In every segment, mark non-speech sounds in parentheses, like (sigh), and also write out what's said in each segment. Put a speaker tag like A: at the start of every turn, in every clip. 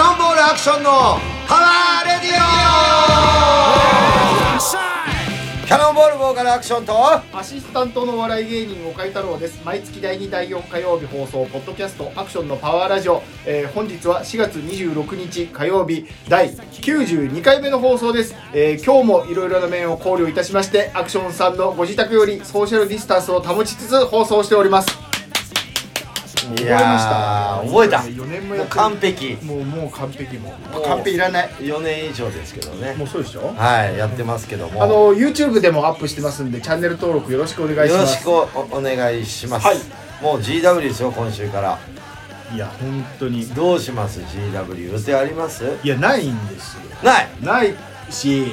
A: ションのパワーレディオキャノンボールボーカルアクションと
B: アシスタントのお笑い芸人岡井太郎です毎月第2第4火曜日放送ポッドキャストアクションのパワーラジオ、えー本日は4月26日火曜日第92回目の放送です、えー今日もいろいろな面を考慮いたしましてアクションさんのご自宅よりソーシャルディスタンスを保ちつつ放送しております
A: い
B: やー
C: 覚えた
B: 4年も
C: も
B: や
C: う
B: ってる
C: 完璧
B: もうもう完璧もう
C: もう
B: 完璧いらない
C: 4年以上ですけどね
B: もうそうでしょ
C: はいやってますけども
B: あの YouTube でもアップしてますんでチャンネル登録よろしくお願いし
C: よ
B: ま
C: ろし
B: す
C: くおお願いします、
B: はい
C: もう GW ですよ今週から
B: いや本当に
C: どうします GW 予定あります
B: いやないんですよ
C: ない
B: ないし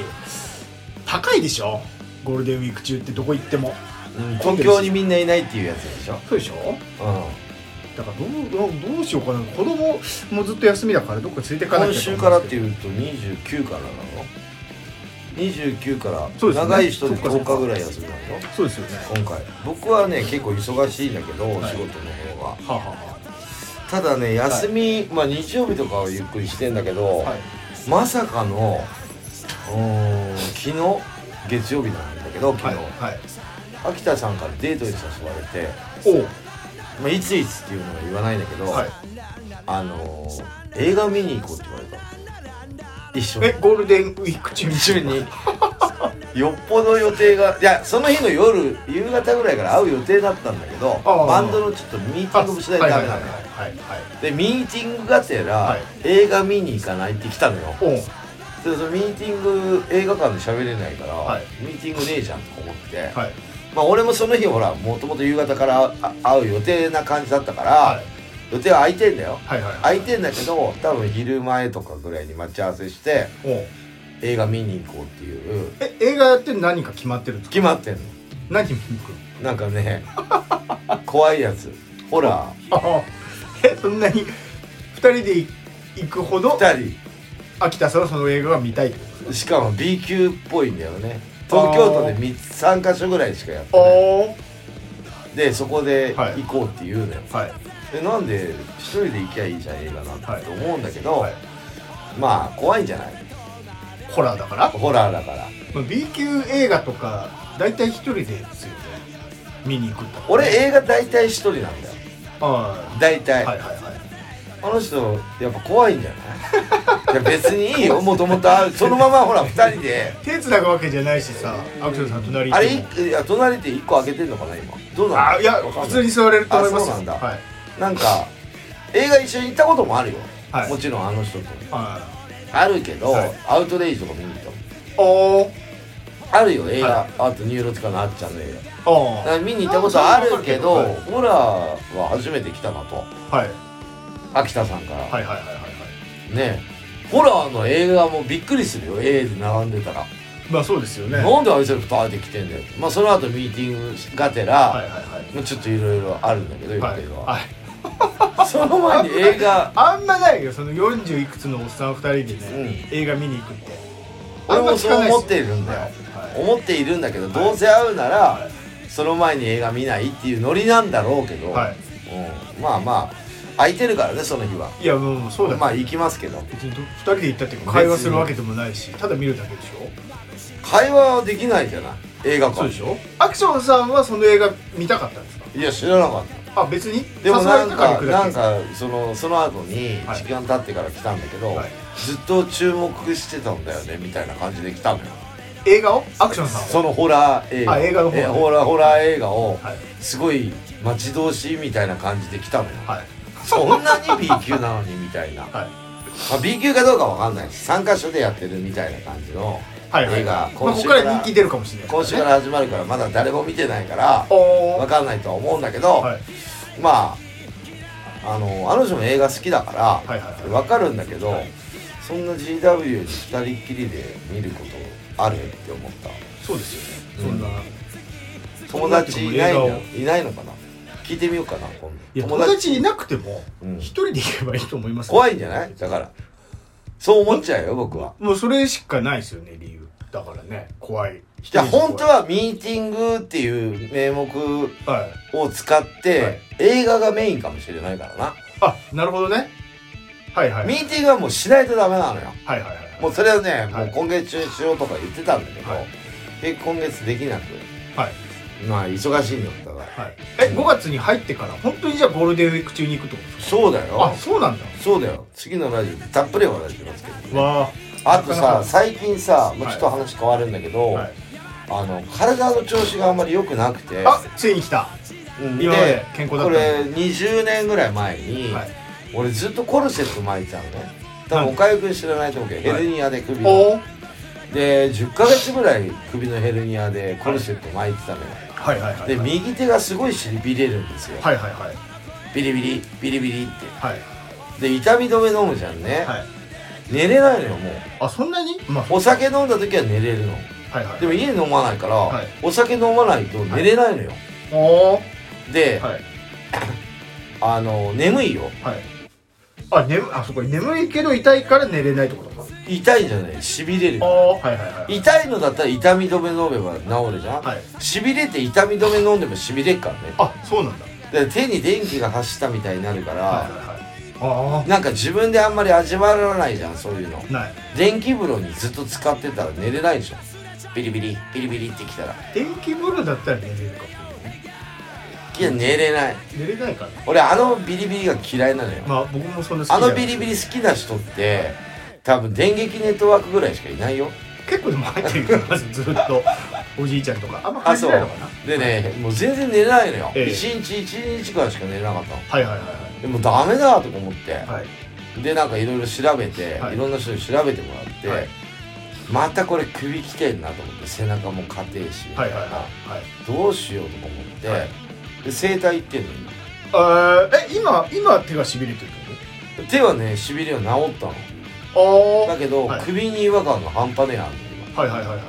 B: 高いでしょゴールデンウィーク中ってどこ行っても
C: 東京にみんないないっていうやつでしょ
B: そうでしょ
C: う
B: だからどうどうどうしようかな子供もずっと休みだからどっか連れてか
C: ん
B: なきゃ
C: 今週からって
B: う
C: いうと29からなの29から
B: そうですね
C: 長い人で
B: そっかそっか
C: 10日ぐらい休みなの
B: そうですよね
C: 今回僕はね結構忙しいんだけどお仕事の方が
B: はあ、は
C: ただね休み、まあ日曜日とかはゆっくりしてんだけど、
B: はい
C: まさかのうーん昨日月曜日なんだけど昨
B: はい
C: 日、
B: はい
C: 秋田さんからデートに誘われて、
B: おう
C: まあ、いついつっていうのは言わないんだけど、
B: はい
C: あのー映画見に行こうって言われた一緒に
B: えゴールデンウィーク中に
C: 一緒
B: (laughs)
C: によっぽど予定がいやその日の夜夕方ぐらいから会う予定だったんだけど
B: ああ
C: バンドのちょっとミーティングもしないとダメなのよ
B: はいはいはい
C: でミーティングがてら、
B: はい
C: 映画見に行かないって来たのよ
B: おう
C: でそのミーティング映画館で喋れないから、
B: はい
C: ミーティングねえじゃんとか思って、
B: はい
C: まあ俺もその日ほらもともと夕方からあ会う予定な感じだったから、
B: はい
C: 予定は空いてんだよ
B: はいはいはい
C: 空いてんだけど多分昼前とかぐらいに待ち合わせして
B: おう
C: 映画見に行こうっていう
B: え映画やって何か決まってるんですか
C: 決まってんの
B: 何見に行くの
C: なんかね怖いやつホラー
B: ああえ (laughs) そんなに2人で行くほど
C: 2
B: 秋田さんはその映画が見たいってこと
C: 人しかも B 級っぽいんだよね東京都で3か所ぐらいしかやってない
B: おお
C: でそこで
B: はい
C: 行こうって言うのよ、
B: はい
C: でなんで一人で行きゃいいじゃん映画なん
B: はい
C: てと思うんだけど、
B: はい
C: まあ怖いんじゃない
B: ホラーだから
C: ホラーだから
B: まあ B 級映画とか大体一人ですよね見に行くと
C: 俺映画大体一人なんだよ
B: は
C: 大
B: い
C: 体、
B: はいはいはい
C: あの人やっぱ怖いんじゃない (laughs) いや別にいいよもともとあるそのままほら2人で
B: 手つなぐわけじゃないしさアクションさん隣に
C: あれいいや隣って1個開けてんのかな今どうなの
B: あいや
C: わかんな
B: 普通に座れると思いますよ
C: あそうなんだ
B: はい
C: なんか映画一緒に行ったこともあるよ、
B: はい
C: もちろんあの人と
B: はい
C: あるけど、
B: はい
C: アウトレイジとか見に行ったもん
B: おー
C: あるよ映画、
B: は
C: あとニューロティカのあっちゃんの映画
B: お
C: だから見に行ったことあるけど
B: あそうなんだ
C: ホラーは初めて来たなと
B: ーはい
C: 秋田さんから、
B: はいはいはいはいはい
C: ねホラーの映画もびっくりするよ A で並んでたら、
B: まあそうですよねはい
C: なんであいつら2人で来てんだよまあその後ミーティングがてら、
B: はいはい
C: まあちょっといろいろあるんだけど予
B: はい
C: 定は、
B: はい
C: (laughs) その前に映画
B: あんまないよその40いくつのおっさん2人でね、映画見に行くってあ
C: 俺
B: んま
C: も
B: 聞
C: そう
B: かない
C: 思っ
B: して
C: るんだよ、
B: はい
C: 思っているんだけど、どうせ会うなら、
B: は
C: その前に映画見ないっていうノリなんだろうけど、
B: はい
C: うん、まあまあ空いてるからねその日はい
B: やもうそうだ、
C: まあ行きますけど
B: 別にど2人で行ったって会話するわけでもないしただ見るだけでしょ
C: 会話はできないじゃない映画
B: そう
C: 館
B: でしょアクションさんはその映画見たかったんですか
C: いや知らなかった
B: あ別に
C: でもなん
B: 誘われた
C: か
B: ら
C: な
B: 行
C: ん
B: くだ
C: かそのその後に
B: はい
C: 時間経ってから来たんだけど、
B: はい
C: ずっと注目してたんだよねみたいな感じで来たのよ
B: け映画をアクションさんを
C: そのホラー映画
B: あ映画の方ね
C: えホラーホラー映画を
B: はい
C: すごい待ち遠しいみたいな感じで来たのよ、
B: はい
C: そんなに B 級なのにみたいな、
B: はい
C: まあ、B 級かどうかわかんないし3カ所でやってるみたいな感じの
B: はいはい
C: 映画
B: まあ、ここから人気出るかもしれない
C: 今週から始まるからまだ誰も見てないから
B: お
C: わ
B: お
C: かんないとは思うんだけど、
B: はい
C: まああのあの人も映画好きだからわ、
B: はいはいはい
C: かるんだけど、そんな GW に2人っきりで見ることあるって思った
B: そうですよね、
C: うん
B: そんな
C: 友達いない
B: そん
C: の
B: なとこ
C: いないのかな聞いてみようかな今
B: いや
C: 度
B: 友達いなくても
C: うん
B: 一人で行けばいいと思いますよ、
C: 怖いんじゃないだからそう思っちゃうよ僕は
B: もうそれしかないですよね理由だからね怖い
C: いや本当はミーティングっていう名目
B: はい
C: を使って、
B: はい
C: 映画がメインかもしれないからな
B: あなるほどねはいはい
C: ミーティングはもうしないとダメなのよ
B: はいはいはい
C: もうそれをね、
B: は
C: も
B: い
C: う今月中にしようとか言ってたんだけど、
B: はい
C: で今月できなく
B: はい
C: まあ忙しいんだったから
B: はいえ5月に入ってから本当にじゃあゴールデンウィーク中に行くってことです
C: そうだよ
B: かあそうなんだ
C: そうだよ次のラジオでたっぷりお話しますけど
B: わ
C: あと
B: なかな
C: さ
B: か
C: 最近さもう
B: はい
C: ちょっと話変わるんだけど、
B: あ、はい、
C: あの体の調子があんまり良くなくて
B: あついに来た
C: うん
B: 今まで健康だっ
C: こ
B: たの
C: れ20年ぐらい前に、
B: はい
C: 俺ずっとコルセット巻いてたのね多分
B: はい
C: おかゆくん知らないと思うけど、
B: はい
C: ヘルニアで首の
B: おお
C: で10ヶ月ぐらい首のヘルニアでコルセット巻いてたのよ、
B: はいはいはい
C: で右手がすごいしびれるんですよ、
B: はいはいはい
C: ビリビリビリビリっ
B: はい
C: てで痛み止め飲むじゃんね、
B: はい
C: 寝れないのよもう
B: あそんなにま
C: お酒飲んだ時は寝れるの
B: あはいはい
C: でも家飲まないから、
B: はい
C: お酒飲まないと寝れないのよ、
B: おお
C: で、
B: はい
C: あの眠いよ
B: はいあ眠あそこ眠いけど痛いから寝れないってことか
C: 痛いんじゃないしびれる
B: ああはいはいはい
C: 痛いのだったら痛み止め飲めば治るじゃん、
B: はい
C: しびれて痛み止め飲んでもしびれっからね
B: あそうなんだ
C: で手に電気が走ったみたいになるから、
B: はいはいはいあ
C: なんか自分であんまり味わわないじゃんそういうの
B: あない
C: 電気風呂にずっと使ってたら寝れないでしょビリビリビリビリってきたら
B: 電気風呂だったら寝れるかも
C: いや寝れない
B: 寝れないから
C: 俺あのビリビリが嫌いなのよ
B: まあ僕もそんな好
C: あ
B: きじゃない
C: のビリビリ好きな人って多分電撃ネットワークぐらいしかいないよ
B: 結構でも入ってるけどまずずっ
C: (laughs)
B: とおじいちゃんとかあんま感じないのかな
C: でねもう全然寝れないのよ、
B: ええ
C: 一日一日間しか寝れなかったの
B: はいはいはい
C: でもダメだとか思って、
B: はい
C: でなんかいろいろ調べて、
B: はい
C: い、ろんな人に調べてもらって、
B: はい
C: またこれ首きてんなと思って背中も硬いし、
B: はいはいはいはい
C: どうしようとか思って、
B: はい
C: で整体行ってんの今
B: あーえ今今手がしびれてるって
C: 手はねしびれは治ったの
B: ことあ
C: だけど、
B: はい
C: 首に違和感が半端ねえあんの
B: あはいはいはいはいは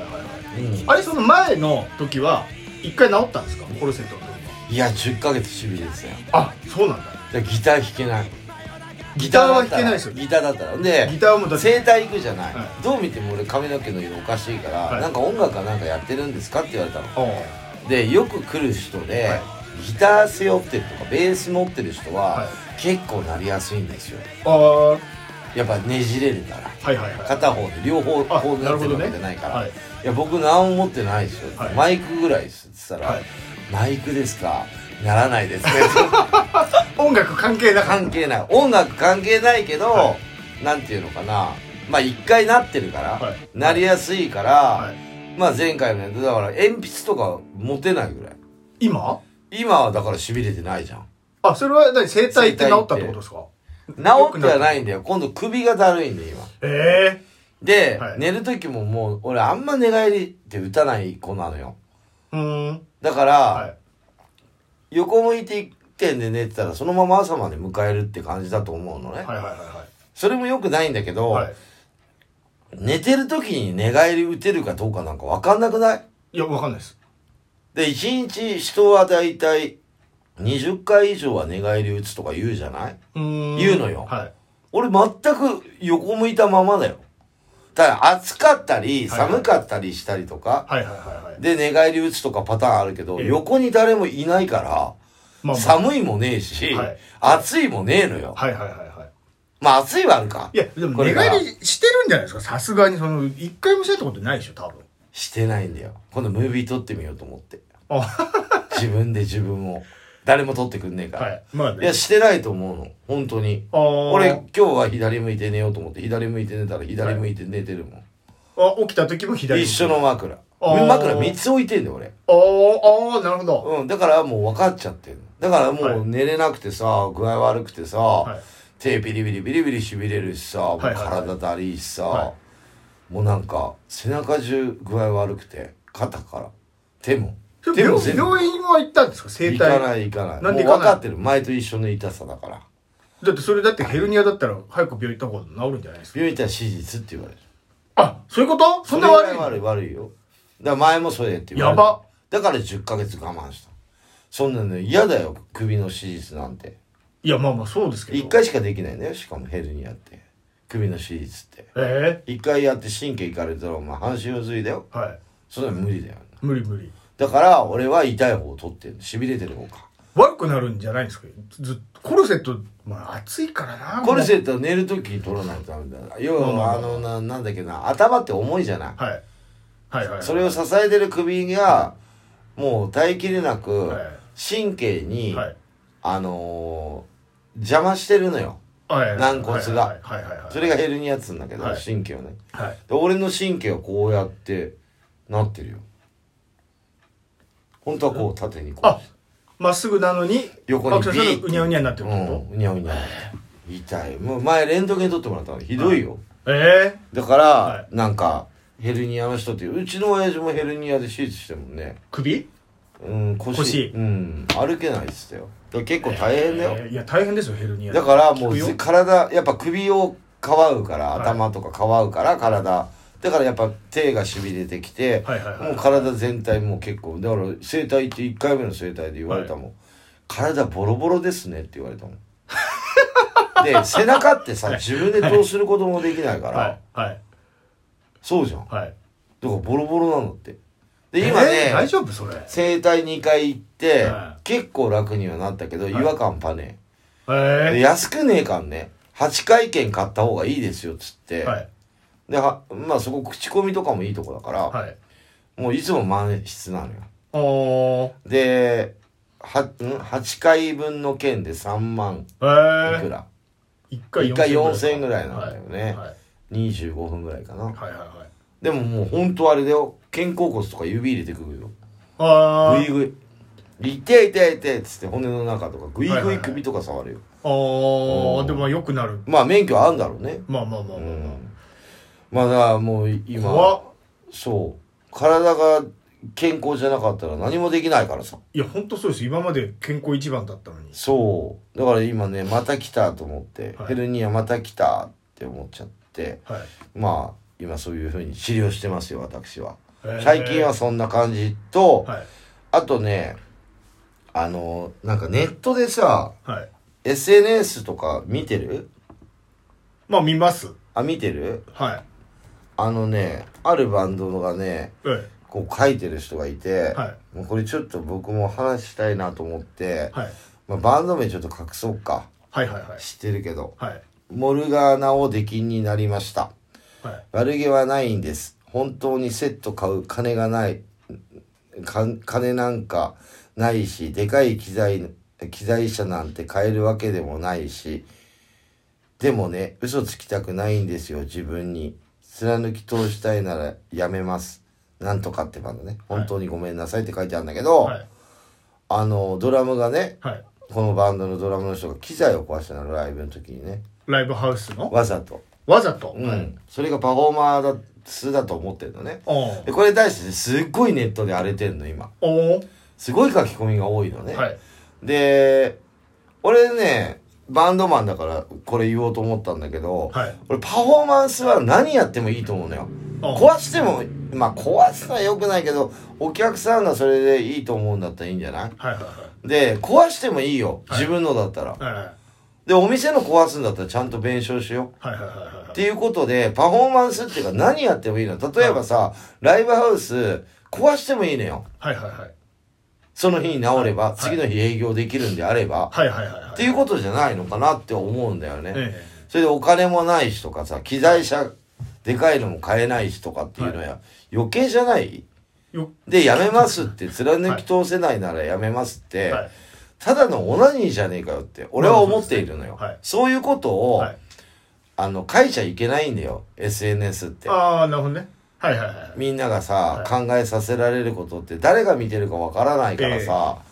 B: いはい
C: 今、
B: あれその前の時は一回治ったんですかコルセットの時はい
C: や10ヶ月しびれですよ
B: あそうなんだ
C: でギター弾けない
B: ギターは弾けないですよ
C: ギターだったらで
B: ギターはもうだって
C: 整体行くじゃない、
B: は
C: どう見ても俺髪の毛の色おかしいから、
B: はい
C: なんか音楽かなんかやってるんですかって言われたの
B: ああ
C: でよく来る人で、
B: は
C: ギター背負ってるとかベース持ってる人は、
B: はい
C: 結構なりやすいんですよ
B: ああは
C: やっぱねじれるから
B: いはいはい
C: 片方で両方
B: あ
C: こうな
B: なる
C: ってる
B: ほど
C: わ
B: ね
C: けじゃないから「
B: はいい、
C: や僕何も持ってないですよ、
B: はい
C: マイクぐらいです」って言ったら、
B: はい
C: マイクですかならないですね」
B: 音楽関係なかった
C: 関係ない (laughs) 音楽関係ないけど、
B: は
C: なんていうのかなまあ一回なってるから、
B: はい
C: なりやすいから、
B: はい
C: まあ前回のやつだから鉛筆とか持てないぐらい
B: 今
C: 今はだからしびれてないじゃん
B: あそれは何整体って治ったってことですか
C: 治ってはないんだよ今度首がだるいんで今
B: え
C: で、
B: はい
C: 寝る時ももう俺あんま寝返りって打たない子なのよ
B: えうーん
C: だから、
B: はい
C: 横向いて一点で寝てたらそのまま朝まで迎えるって感じだと思うのね、
B: はいはいは
C: それも良くないんだけど、
B: いはいはい
C: 寝てる時に寝返り打てるかどうかなんかわかんなくない
B: いやわかんないです
C: で、一日人はだいたい20回以上は寝返り打つとか言うじゃない言
B: 言
C: うのよ
B: はい
C: 俺全く横向いたままだよ。ただ暑かったり
B: はいはい
C: 寒かったりしたりとか、
B: はいはいはいはい
C: で寝返り打つとかパターンあるけど、
B: ええ
C: 横に誰もいないか
B: ま
C: ら、
B: あまあ
C: 寒いもねえし
B: はい、
C: 暑いもねえのよ。
B: はいはいはいはい
C: まあ暑いはあるか。
B: いや、でも
C: これ
B: 寝
C: が
B: 返りしてるんじゃないですかさすがに、その、一回もしたってことないでしょ、多分。
C: してないんだよ。今度ムービー撮ってみようと思って。
B: あ、
C: 自分で自分を。誰も撮ってくんねえから。
B: はい。まあ
C: いや、
B: ね。
C: してないと思うの。本当に。
B: あー
C: 俺、今日は左向いて寝ようと思って、左向いて寝たら左向いて寝てるもん。
B: あ、起きた時も左向
C: 一
B: き
C: 緒の枕。
B: あー
C: 枕3つ置いてんだよ、俺。
B: あーあー、なるほど。
C: うん、だからもう分かっちゃってるだから
B: は
C: も
B: いう
C: 寝れなくてさ、具合悪くてさ、
B: い
C: 手ビリビリビリビリしびれるしさ、もう
B: はいはいはい
C: 体だりいしさ、
B: は
C: もうなんか背中中具合悪くて、肩から、手も。
B: それ
C: 手も
B: 病
C: 全部。
B: 病院は行ったんですか整体。
C: 行かない行かない。
B: なんで行
C: もう分
B: かない
C: かってる。前と一緒の痛さだから。
B: だってそれだってヘルニアだったら早く病院行った方が治るんじゃないですか。
C: 病院行ったら手術って言われる。
B: あ、そういうことそんな悪い
C: それ
B: の
C: ぐらい悪い悪いよだから前もそれって言わ
B: や
C: れた
B: ば。
C: だから10ヶ月我慢したそんなの嫌だよ首の手術なんて
B: いや、まあまあそうですけど。
C: 1。回しかできないんだよしかもヘルニアって首の手術って
B: え
C: 1回やって神経いかれたらお前半身不随だよ
B: えはい。
C: そんなの無理だよ
B: 無理無理。
C: だから俺は痛い方を取ってるしびれてる方か
B: 悪くなるんじゃないんですかずコルセット、まあ、暑いからな
C: コルセットは寝る時取らないとダメだ要はあのななんだっけな頭って重いじゃない
B: はいはいはい
C: それを支えてる首がもう耐えきれなく
B: はい
C: 神経に、
B: はい
C: あのー邪魔してるのよ
B: はい
C: 軟骨が
B: はいはいはいはい
C: それがヘルニアっつうんだけど、
B: はい
C: 神経をね
B: はい
C: で俺の神経はこうやってなってるよ本当はこう縦にこう
B: あまっすぐなのに
C: 横に
B: アクセルさん
C: ビー
B: がうにゃうにゃになってるってこ
C: うん、うにゃうにゃうにゃ痛いもう前レントゲン撮ってもらったのひどいよ、
B: とえ
C: だから、
B: は
C: なんかヘルニアの人ってうちの親父もヘルニアで手術してもんね
B: ー、首
C: うん腰
B: 腰
C: うん歩けないっつったよだから結構大変だよ、
B: えーいや大変ですよヘルニア
C: だからも
B: 聞くよ
C: う体やっぱ首を皮うから
B: はい
C: 頭とか皮うから体だからやっぱ手がしびれてきて、
B: はいはいはい
C: もう体全体もう結構だから整体って1回目の整体で言われたもん、体ボロボロですねって言われたもん (laughs) で背中ってさ自分でどうすることもできないから、
B: はいはい
C: そうじゃんだか
B: はい
C: らボロボロなんだってで今ね、
B: えー大丈夫それえ
C: 整体2回行って、
B: はい
C: 結構楽にはなったけど違和感パネ、で
B: ー
C: 安くねえかんね8回券買った方がいいですよっつって、
B: はい
C: ではまあそこ口コミとかもいいとこだから、
B: はい
C: もういつも満室なのよ
B: おー
C: ではん8回分の券で3万
B: え
C: いく
B: ー
C: ら、
B: 一回
C: 一回
B: 4000
C: 4000ぐらいなんだよね
B: はい
C: 25分ぐらいかな
B: はいはいはいはい
C: でももうほんとあれだよ肩甲骨とか指入れてくるよ
B: あ
C: グイ
B: ー
C: グイ痛い痛い痛いっつって骨の中とかグイ
B: はいは
C: グ
B: い
C: イ
B: はい
C: 首とか触るよ、
B: あー
C: うん
B: でもまあ良くなる
C: まあ免許あるんだろうね
B: まあまあまあ
C: う
B: まあま
C: んまあだからもう
B: あ
C: 今
B: 怖っ
C: そう体が健康じゃなかったら何もできないからさ
B: いや本当そうです今まで健康一番だったのに
C: そうだから今ねまた来たと思って、
B: はい
C: ヘルニアまた来たって思っちゃって
B: はい
C: まあ今そういうふうに治療してますよ私は
B: えー
C: 最近はそんな感じと、
B: はい
C: あとねあのなんかネットでさ
B: はい
C: SNS とか見てる
B: まあ見ます
C: あ見てる
B: はい
C: あのねあるバンドがね
B: え
C: こう書いてる人がいて、
B: えはい
C: もうこれちょっと僕も話したいなと思って、
B: はい
C: まあ、バンド名ちょっと隠そうか
B: はいはいはい
C: 知ってるけど
B: はい
C: モルガーナを出禁になりました
B: はい
C: 悪気はないんです本当にセット買う金がないか金なんかないしでかい機材機材車なんて買えるわけでもないしでもね嘘つきたくないんですよ自分に貫き通したいならやめますなんとかってバンドね本当にごめんなさいって書いてあるんだけど、
B: はい
C: あのドラムがね
B: はい
C: このバンドのドラムの人が機材を壊したのライブの時にね
B: ライブハウスの
C: わざと、
B: わざと
C: うん
B: はい
C: それがパフォーマーだ素だと思ってるのね
B: お
C: で
B: ー
C: これに対してねすっごいネットで荒れてんの今
B: おー
C: すごい書き込みが多いのね、
B: はい
C: で俺ねバンドマンだからこれ言おうと思ったんだけど、
B: はい
C: 俺パフォーマンスは何やってもいいと思うのよ
B: あ
C: 壊してもまあ壊すのは良くないけどお客さんがそれでいいと思うんだったらいいんじゃない
B: はいはい
C: で壊してもいいよ
B: はい
C: 自分のだったら、
B: はいはい
C: で、お店の壊すんだったらちゃんと弁償しよう。
B: はいはいはいはいはい
C: っていうことで、パフォーマンスっていうか何やってもいいの例えばさ、ライブハウス壊してもいいのよ。
B: はいはいはい
C: その日に治れば、
B: い
C: 次の日営業できるんであれば、
B: はいはいはいはい
C: っていうことじゃないのかなって思うんだよね。
B: え
C: それでお金もないしとかさ、機材車でかいのも買えないしとかっていうのや、余計じゃない
B: えよ
C: で、やめますって、貫き通せないならやめますって、
B: はい
C: ただのオナニーじゃねえかよって、俺は思っているのよ。
B: まあそ
C: そ
B: うで
C: ういうことを、
B: はい
C: あの、書いちゃいけないんだよ、SNS って。
B: ああなるほどねはいはいはいはい
C: みんながさ、考えさせられることって誰が見てるかわからないからさ、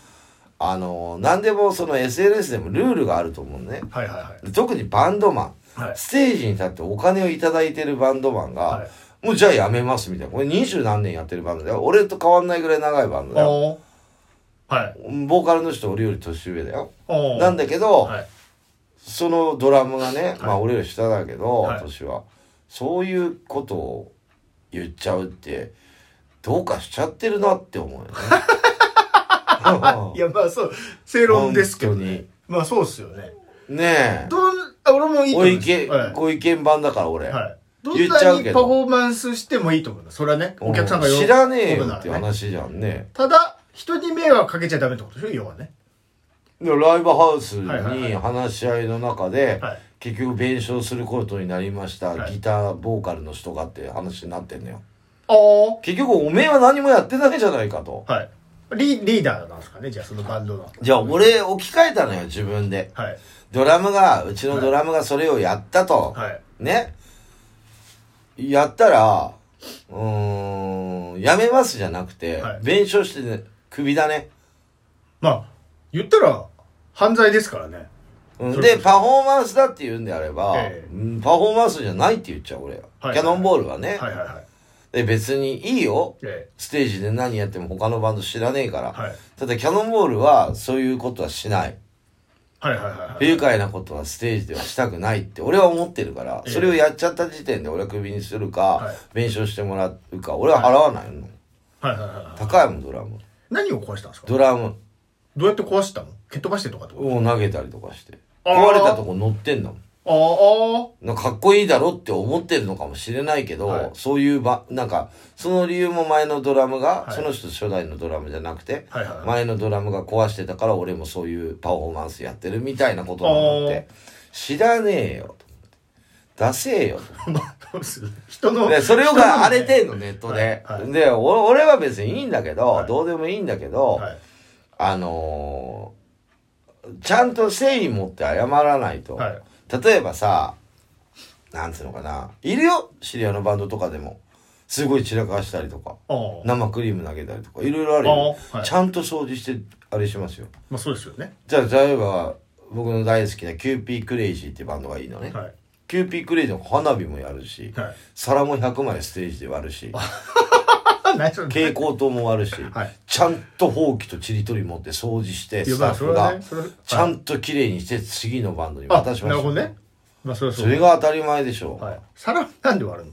C: あの、何でもその SNS でもルールがあると思うね。
B: はいはいはい
C: 特にバンドマン。
B: はい
C: ステージに立ってお金をいただいてるバンドマンが、
B: は
C: もうじゃあやめますみたいな。これ二十何年やってるバンドだよ。俺と変わんないぐらい長いバンドだよ。
B: おーはい
C: ボーカルの人俺より年上だよ。
B: おー
C: なんだけど、
B: はい
C: そのドラムがね、まあ俺より下だけど、
B: はい
C: 年はそういうことを言っちゃうってどうかしちゃってるなって思うよ
B: (laughs)
C: ね。
B: いやまあそう正論ですけど
C: 本
B: ねまあそうっすよね
C: 当にねえ
B: どんあ俺もいいと
C: ご
B: 思い
C: 意
B: ます
C: 見、
B: はい
C: ご意見版だから俺、
B: はいどん
C: 言っちゃ
B: な
C: う
B: に
C: け
B: パ
C: ど
B: フォーマンスしてもいいと思うのそれはねお客さんが
C: う
B: 喜ぶ
C: 知らねえよ
B: な
C: っていう
B: らね
C: 話じゃんね。
B: ただ人に迷惑かけちゃダメってことでしょ要はね
C: でライブハウスに
B: はいはいはい
C: 話し合いの中で、
B: はい
C: 結局弁償することになりました、
B: はい
C: ギターボーカルの人がって話になってんのよ
B: ああ
C: 結局おめえは何もやってないじゃないかと
B: はいリリーダーなんですかねじゃあそのバンドの
C: じゃあ俺置き換えたのよ自分で
B: はい
C: ドラムがうちのドラムがそれをやったと、
B: はい
C: ねやったらうーんやめますじゃなくて、
B: はい
C: 弁償して、ね、クビだね
B: まあ言ったら犯罪ですからね
C: うん
B: それ
C: で、パフォーマンスだって言うんであれば、
B: ええ
C: うんパフォーマンスじゃないって言っちゃう、俺は。
B: はい
C: キャノンボールはね、
B: はいはいはい
C: で、別にいいよ。
B: え
C: ステージで何やっても他のバンド知らねえから。
B: えはい
C: ただ、キャノンボールはそういうことはしない。
B: はいはいはいはい
C: 不愉快なことはステージではしたくないって俺は思ってるから、
B: ええ
C: それをやっちゃった時点で俺はクビにするか、
B: はい
C: 弁償してもらうか、俺は払わないの。
B: はいはいはいはい
C: 高いもん、ドラム。
B: 何を壊したんですか
C: ドラム
B: どうやって壊したの蹴っ飛ばしてとかってこと
C: を投げたりとかして。
B: あー
C: 壊れたとこ乗ってんだもん。
B: ああ
C: なんかかっこいいだろって思ってるのかもしれないけど、
B: はい
C: そういうば、なんか、その理由も前のドラムが、
B: はい
C: その人初代のドラムじゃなくて、
B: はいはいはい
C: 前のドラムが壊してたから俺もそういうパフォーマンスやってるみたいなことなんだって、知らねえよ、と思って出せえよ、と
B: (laughs) まあ、どうする人
C: (laughs)
B: の。
C: で、それ
B: 人の
C: が荒れてんの、ネットで。
B: はいはい
C: で、お俺は別にいいんだけど、
B: はい
C: どうでもいいんだけど、
B: はい。
C: あのーちゃんと誠意持って謝らないと。
B: はい
C: 例えばさ、なんつうのかな。いるよ知り合いのバンドとかでも。すごい散らかしたりとか。
B: ああ。
C: 生クリーム投げたりとか。いろいろあるよ、
B: ああはい
C: ちゃんと掃除して、あれしますよ。
B: まあ、そうですよね。
C: じゃあ、例えば、僕の大好きなキューピークレイジーってバンドがいいのね。
B: はい。
C: キューピークレイジーの花火もやるし、
B: はい
C: 皿も100枚ステージで割るし、
B: あ、ないそれ。
C: 蛍光灯も割るし、
B: はい
C: ちゃんとほうきとちりとり持って掃除して、
B: いや
C: ス
B: ま
C: タッ
B: あそ
C: フ
B: れ
C: が
B: はねそれははい
C: ちゃんと綺麗にして次のバンドに
B: あ、
C: 渡しま
B: なる
C: し
B: ほど
C: た。
B: ね。まあ、それはそう。
C: それが当たり前でしょう。
B: はい。皿なんで割るの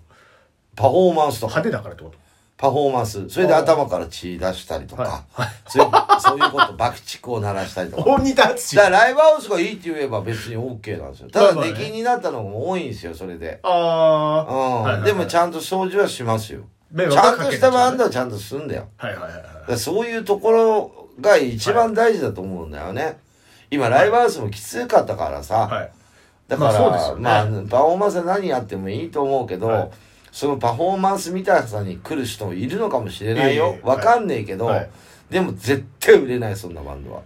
C: パフォーマンスとか
B: 派手だからってこと
C: パフォーマンスそれで頭から血出したりとか、そういうそういうこと爆竹を鳴らしたり (laughs) とか
B: 大仁田敦
C: だからライブハウスがいいって言えば別に OK なんですよただ
B: まあまあ
C: 出
B: ね
C: 禁になったのも多いんですよそれで、
B: あ
C: う
B: あ。
C: ん
B: はいはいはい
C: でもちゃんと掃除はしますよち
B: 迷惑
C: ゃ
B: は
C: ん
B: かけない
C: としたバンドはちゃんとすんだよ
B: はいはいはいはい。
C: だからそういうところが一番大事だと思うんだよね、今ライブハウスもきつかったからさ、
B: はい。
C: だから、
B: まあそうですよね
C: まあパフォーマンスは何やってもいいと思うけど、
B: はい
C: そのパフォーマンス見たさに来る人もいるのかもしれないよ
B: い。えいえ
C: わかんねえけど、
B: はいはい
C: でも絶対売れない、そんなバンドは。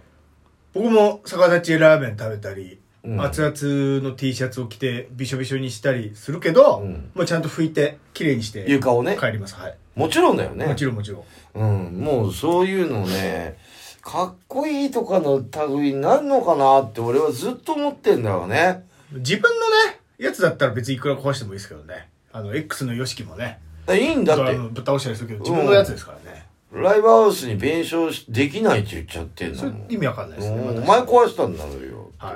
B: 僕も逆立ちラーメン食べたり、
C: うん
B: 熱々の T シャツを着てびしょびしょにしたりするけど、
C: うん
B: もうちゃんと拭いて綺麗にして
C: 床をね。
B: 帰りますはい、
C: もちろんだよね。
B: もちろんもちろん
C: うん、もうそういうのね、かっこいいとかの類になるのかなって俺はずっと思ってんだよね。
B: 自分のねやつだったら別にいくら壊してもいいですけどねあの X の YOSHIKI もね
C: だからいいんだ
B: ド
C: っ
B: ラ
C: て
B: ム、ぶっ倒したりするけど自分のやつですからね、
C: ライブハウスに弁償しできないって言っちゃってんだ
B: そ
C: も
B: れ
C: ん。
B: 意味わかんないですね、
C: うんお
B: 私
C: 前壊したんだろうよ。
B: は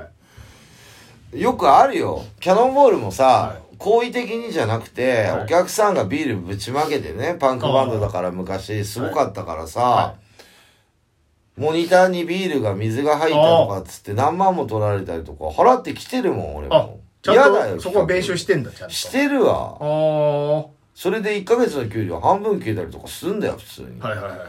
B: い
C: よくあるよキャノンボールもさ、
B: は
C: 好意的にじゃなくて、
B: はい
C: お客さんがビールぶちまけてねパンクバンドだから昔すごかったからさ、
B: は
C: モニターにビールが水が入ったとかっつって何万も取られたりとか払ってきてるもん俺
B: あ
C: も
B: ちゃん
C: だよ
B: とそこは弁償してんだちゃんと
C: してるわ
B: ああは
C: それで1ヶ月の給料半分消えたりとかすんだよ普通に、
B: いはいはいはいはい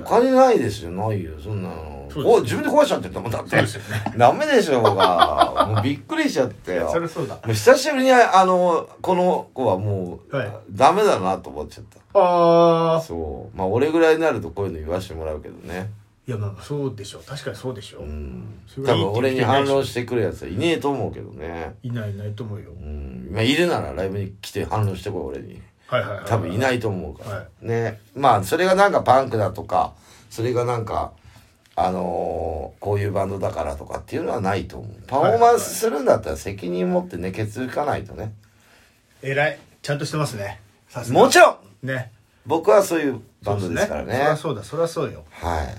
C: お金ないですよないよそんなの、
B: そうですよ
C: お自分で壊しちゃってたもんだっ
B: そう
C: て
B: ですよね
C: ダメでしょうがもうびっくりしちゃったよ
B: それそうだ
C: もう久しぶりにあのこの子はもう、
B: はい
C: ダメだなと思っちゃっ
B: あ
C: た
B: あ
C: そうまあ俺ぐらいになるとこういうの言わしてもらうけどね
B: いやまあそうでしょう確かにそうでしょう、
C: うん
B: そ
C: 多
B: れがいい
C: 分
B: って
C: 俺
B: 言って
C: に反論してくるやつはいねえと思うけどね
B: いないいないと思うよ
C: うんまあいるならライブに来て反論してこい俺に
B: はいはいはい
C: 多分いないいと思うから、
B: は
C: ねまあそれがなんかパンクだとかそれがなんかあのーこういうバンドだからとかっていうのはないと思うパフォーマンスするんだったら責任持ってねケツ拭かないとね
B: 偉いちゃんとしてますねさすが
C: もちろん
B: ね
C: 僕はそういうバンドですからね
B: そうですそりゃそうだそりゃそうよ
C: はい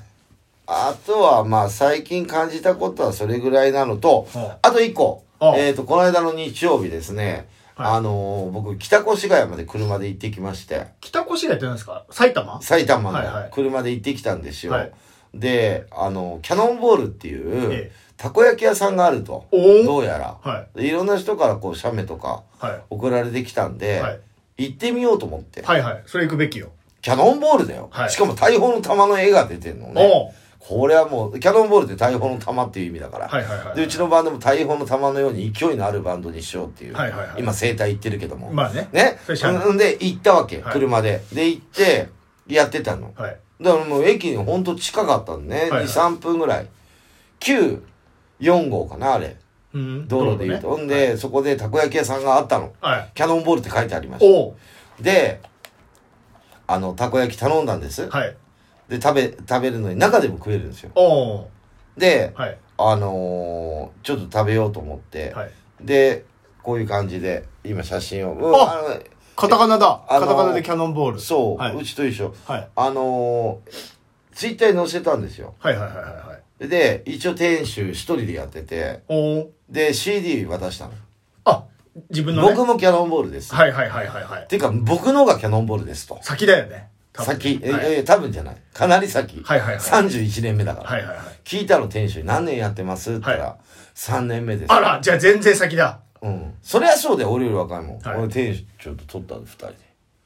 C: あとはまあ最近感じたことはそれぐらいなのと、
B: はい
C: あと一個、
B: はい
C: えっ、とこの間の日曜日ですね、
B: はい
C: あのー僕北越谷まで車で行ってきまして
B: 北越谷って何ですか埼玉
C: 埼玉
B: はいは
C: の
B: い
C: 車で行ってきたんですよ、
B: はい
C: であのキャノンボールっていう、
B: ええ
C: たこ焼き屋さんがあると
B: おお
C: どうやら、、
B: はい
C: でいろんな人からこう写メとか
B: は
C: 送られてきたんで、
B: はい
C: 行ってみようと思って
B: いはいはいそれ行くべきよ
C: キャノンボールだよ。
B: はい
C: しかも大砲の弾の絵が出てんのね。
B: おう
C: これはもうキャノンボールって大砲の玉っていう意味だから、
B: はいはいはい
C: でうちのバンドも大砲の玉のように勢いのあるバンドにしようっていう、
B: はいはいはい
C: 今整体行ってるけども、
B: まあね
C: ね
B: それしゃあない
C: うんで行ったわけ、
B: はい
C: 車でで行ってやってたの、
B: はい
C: だからもう駅にほんと近かったんでね、
B: いはい
C: 23分ぐらい94号かなあれ
B: うん
C: 道路でいうと、ほんで、そこでたこ焼き屋さんがあったの
B: はい
C: キャノンボールって書いてありました
B: おう
C: であのたこ焼き頼んだんです、
B: はい
C: で食べ食べるのに中でも食えるんですよ
B: おう
C: で、
B: はい
C: あのーちょっと食べようと思って、
B: はい
C: でこういう感じで今写真を、うん
B: あ
C: あ
B: カタカナだ
C: あ
B: カ
C: の
B: タカナでキャノンボ
C: の
B: ール
C: そう、
B: はいう
C: ちと一緒
B: はい
C: あのーツイッターに載せたんですよ
B: はいはいはいはいはい
C: で一応店主一人でやってて
B: おう
C: で CD 渡したの
B: あ自分のね
C: 僕もキャノンボールです、
B: はいはいはいはいはい
C: ていうか僕の方がキャノンボールですと
B: 先だよね多分
C: 先、え
B: はい
C: え多分じゃないかなり先、
B: はいはいはい
C: 31年目だから、
B: はいはいはい
C: 聞いたの店主に何年やってますって言ったら、3年目です
B: あらじゃあ全然先だあ
C: うんそりゃそうだよ俺より若いもん、
B: はい
C: 俺店主ちょっと取ったの2人で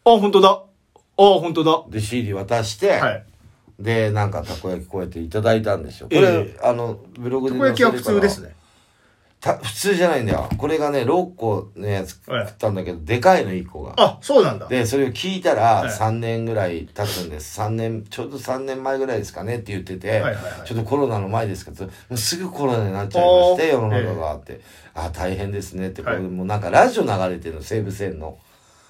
B: 本当だあ本当だ
C: で CD 渡して、
B: はい
C: でなんかたこ焼きこうやっていただいたんですよこれ、
B: え
C: あのブログ
B: た
C: で
B: こ焼きは普
C: 載せるか
B: 通
C: ら
B: ですね
C: た普通じゃないんだよこれがね6個のやつ
B: はい
C: 食ったんだけど、でかいの1個が
B: あそうなんだ
C: でそれを聞いた
B: は
C: ら
B: い
C: 3年ぐらい経つんです3年ちょうど3年前ぐらいですかねって言ってて、
B: はいはいはい
C: ちょっとコロナの前ですけどもうすぐコロナになっちゃいまして
B: お
C: 世
B: ー
C: の中があって、あ大変ですねってこれ、
B: はい
C: もうなんかラジオ流れてるの西武線の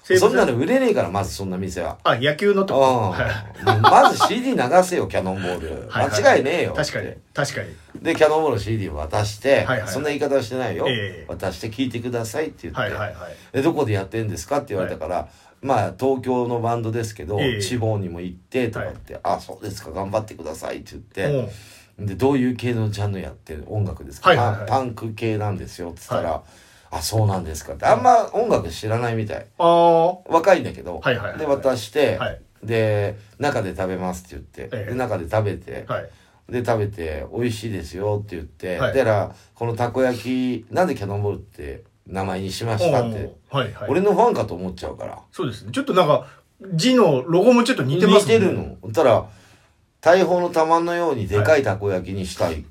B: 西武
C: そ
B: 線
C: んなの売れねえからまずそんな店は。
B: あ野球のって
C: うん、
B: こ
C: も
B: と
C: う
B: (laughs) はい
C: まず CD 流せよキャノンボール
B: (laughs) はいはい
C: 間違いねえよ
B: 確かに確かに
C: でキャノンボールの CD を渡して、
B: はいはい
C: そんな言い方はしてないよ、
B: ええ
C: 渡して聞いてくださいって言って、
B: はいはいはい
C: でどこでやってんですかって言われたから、まあ東京のバンドですけど、
B: ええ
C: 地方にも行ってとかって「あそうですか頑張ってください」って言って、
B: うん
C: でどういう系のジャンルやってる音楽ですか、
B: はいはいはい
C: パンパンク系なんですよっつったら「あそうなんですか」ってあんま音楽知らないみたい
B: ああ
C: 若いんだけど、
B: はいはいはい
C: で渡して、
B: はい
C: で中で食べますって言って、
B: ええ
C: で中で食べて、
B: はい
C: で食べて美味しいですよって言って、
B: はい
C: だからこのたこ焼きなんでキャノンボールって名前にしましたって。
B: おーはいはい
C: 俺のファンかと思っちゃうから。
B: そうですねちょっとなんか字のロゴもちょっと似
C: 似
B: て
C: て
B: ますもんね
C: るの。そしたら、大砲の玉のようにでかいたこ焼きにしたい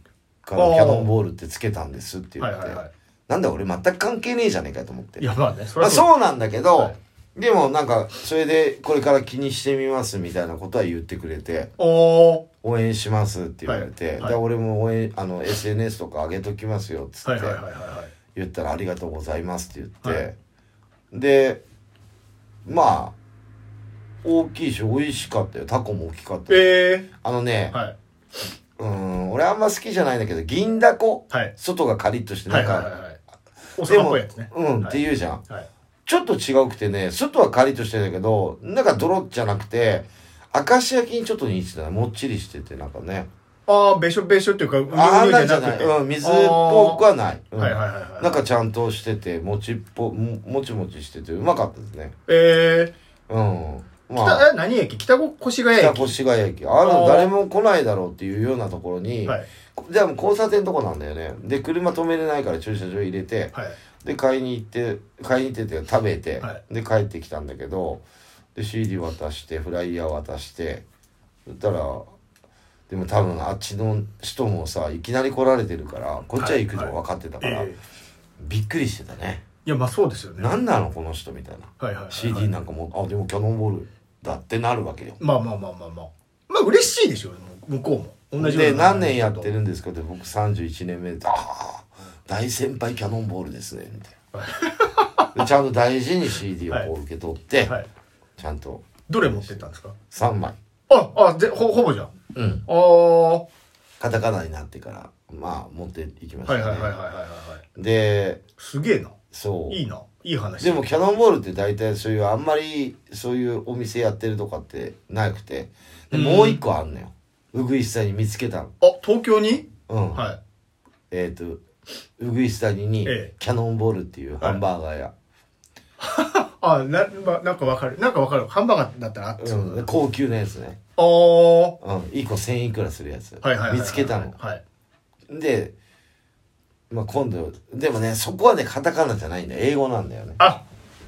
C: から、
B: はい
C: キャノンボールってつけたんですって言
B: は
C: っ
B: い
C: て、
B: はいはい
C: なんだ俺全く関係ねえじゃねえかと思って
B: い。やまあねそ
C: まあ、
B: れはう
C: そうなんだけど、
B: はい
C: でもなんか、それでこれから気にしてみますみたいなことは言ってくれて、
B: おー
C: 応援しますって言われて、
B: はいはい
C: で俺も応援、あの、SNS とか上げときますよっつって、
B: はいはいはいはいはい
C: 言ったら「ありがとうございます」って言っ
B: は
C: て、でまあ大きいし美味しかったよタコも大きかったよ
B: え
C: あのね、
B: ー、はい。
C: うん俺あんま好きじゃないんだけど銀だこ、
B: はい。
C: 外がカリッとして
B: は
C: ないん
B: はいは
C: か
B: いはい。お
C: で
B: 魚っ
C: も
B: ぽいやつね。
C: うん、
B: はい
C: っていうじゃん
B: はい。
C: ちょっと違うくてね外はカリッとしてるんだけどなんかドロッじゃなくて明石焼きにちょっと似てたねもっちりしててなんかね
B: ああ、べしょべしょっていうか、うにゅう
C: ああん
B: にゅ
C: な
B: うんじ
C: じ
B: ゃ
C: ゃ
B: な
C: な
B: く
C: い、
B: て。
C: うん、水っぽくはない、う
B: あ
C: ん
B: ーはいはいはいはい。
C: なんかちゃんとしててもちっぽももちもちしててうまかったですね
B: え
C: うん。
B: ー、
C: まあ、
B: 北、え、何駅北越谷
C: 北
B: 駅。
C: 越谷駅。あ
B: あ
C: の、
B: ー
C: 誰も来ないだろうっていうようなところに、
B: はい。
C: でも交差点のとこなんだよね。で、車止めれないから駐車場入れて、
B: はい。
C: で、買いに行って、買いに行ってて食べて、
B: は
C: で、帰ってきたんだけど、で、CD 渡して、フライヤー渡して、そしたら、でも多分あっちの人もさ、いきなり来られてるから、こっちは行くの分かってたから、
B: はいはいええ
C: びっくりしてたね。
B: いや、まあそうですよね。
C: 何なのこの人みたいな。
B: はいはいはい。
C: CD なんかも、あ、でもキャノンボールだってなるわけよ。
B: まあまあまあまあまあ。まあ嬉しいでしょうね、向こうも。同じよう
C: で
B: な
C: 何年やってるんですかって僕31年目で「あー大先輩キャノンボールですね」みたい
B: (laughs)
C: なでちゃんと大事に CD をこう受け取って、
B: はい。
C: ちゃんと
B: どれ持ってったんですか
C: 3枚、
B: あ、あ、で、ほ、ほぼじゃん。
C: うん、
B: ああ、は
C: カタカナになってからまあ持っていきま
B: い
C: した
B: はい
C: ね、
B: はいはいはいはい。
C: です
B: げえな。
C: そう
B: いいな。いい話。
C: でもキャノンボールって大体そういうあんまりそういうお店やってるとかってなくてで
B: うん
C: もう一個あんのようぐいす谷に見つけたの
B: あ、東京に
C: うん、
B: はい。
C: えっ、とうぐいす谷に
B: ええ
C: キャノンボールっていうハンバーガー屋、
B: あ、な、ま、なんかわかる。なんかわかる。ハンバーガーだったらあってそうだ
C: うん、
B: な。
C: 高級なやつね、
B: あー
C: うん、1個1000いくらするやつ、
B: はいはいはいはい。
C: 見つけたの
B: はい。
C: で、まあ、今度でもねそこはねカタカナじゃないんだよ英語なんだよね
B: あ、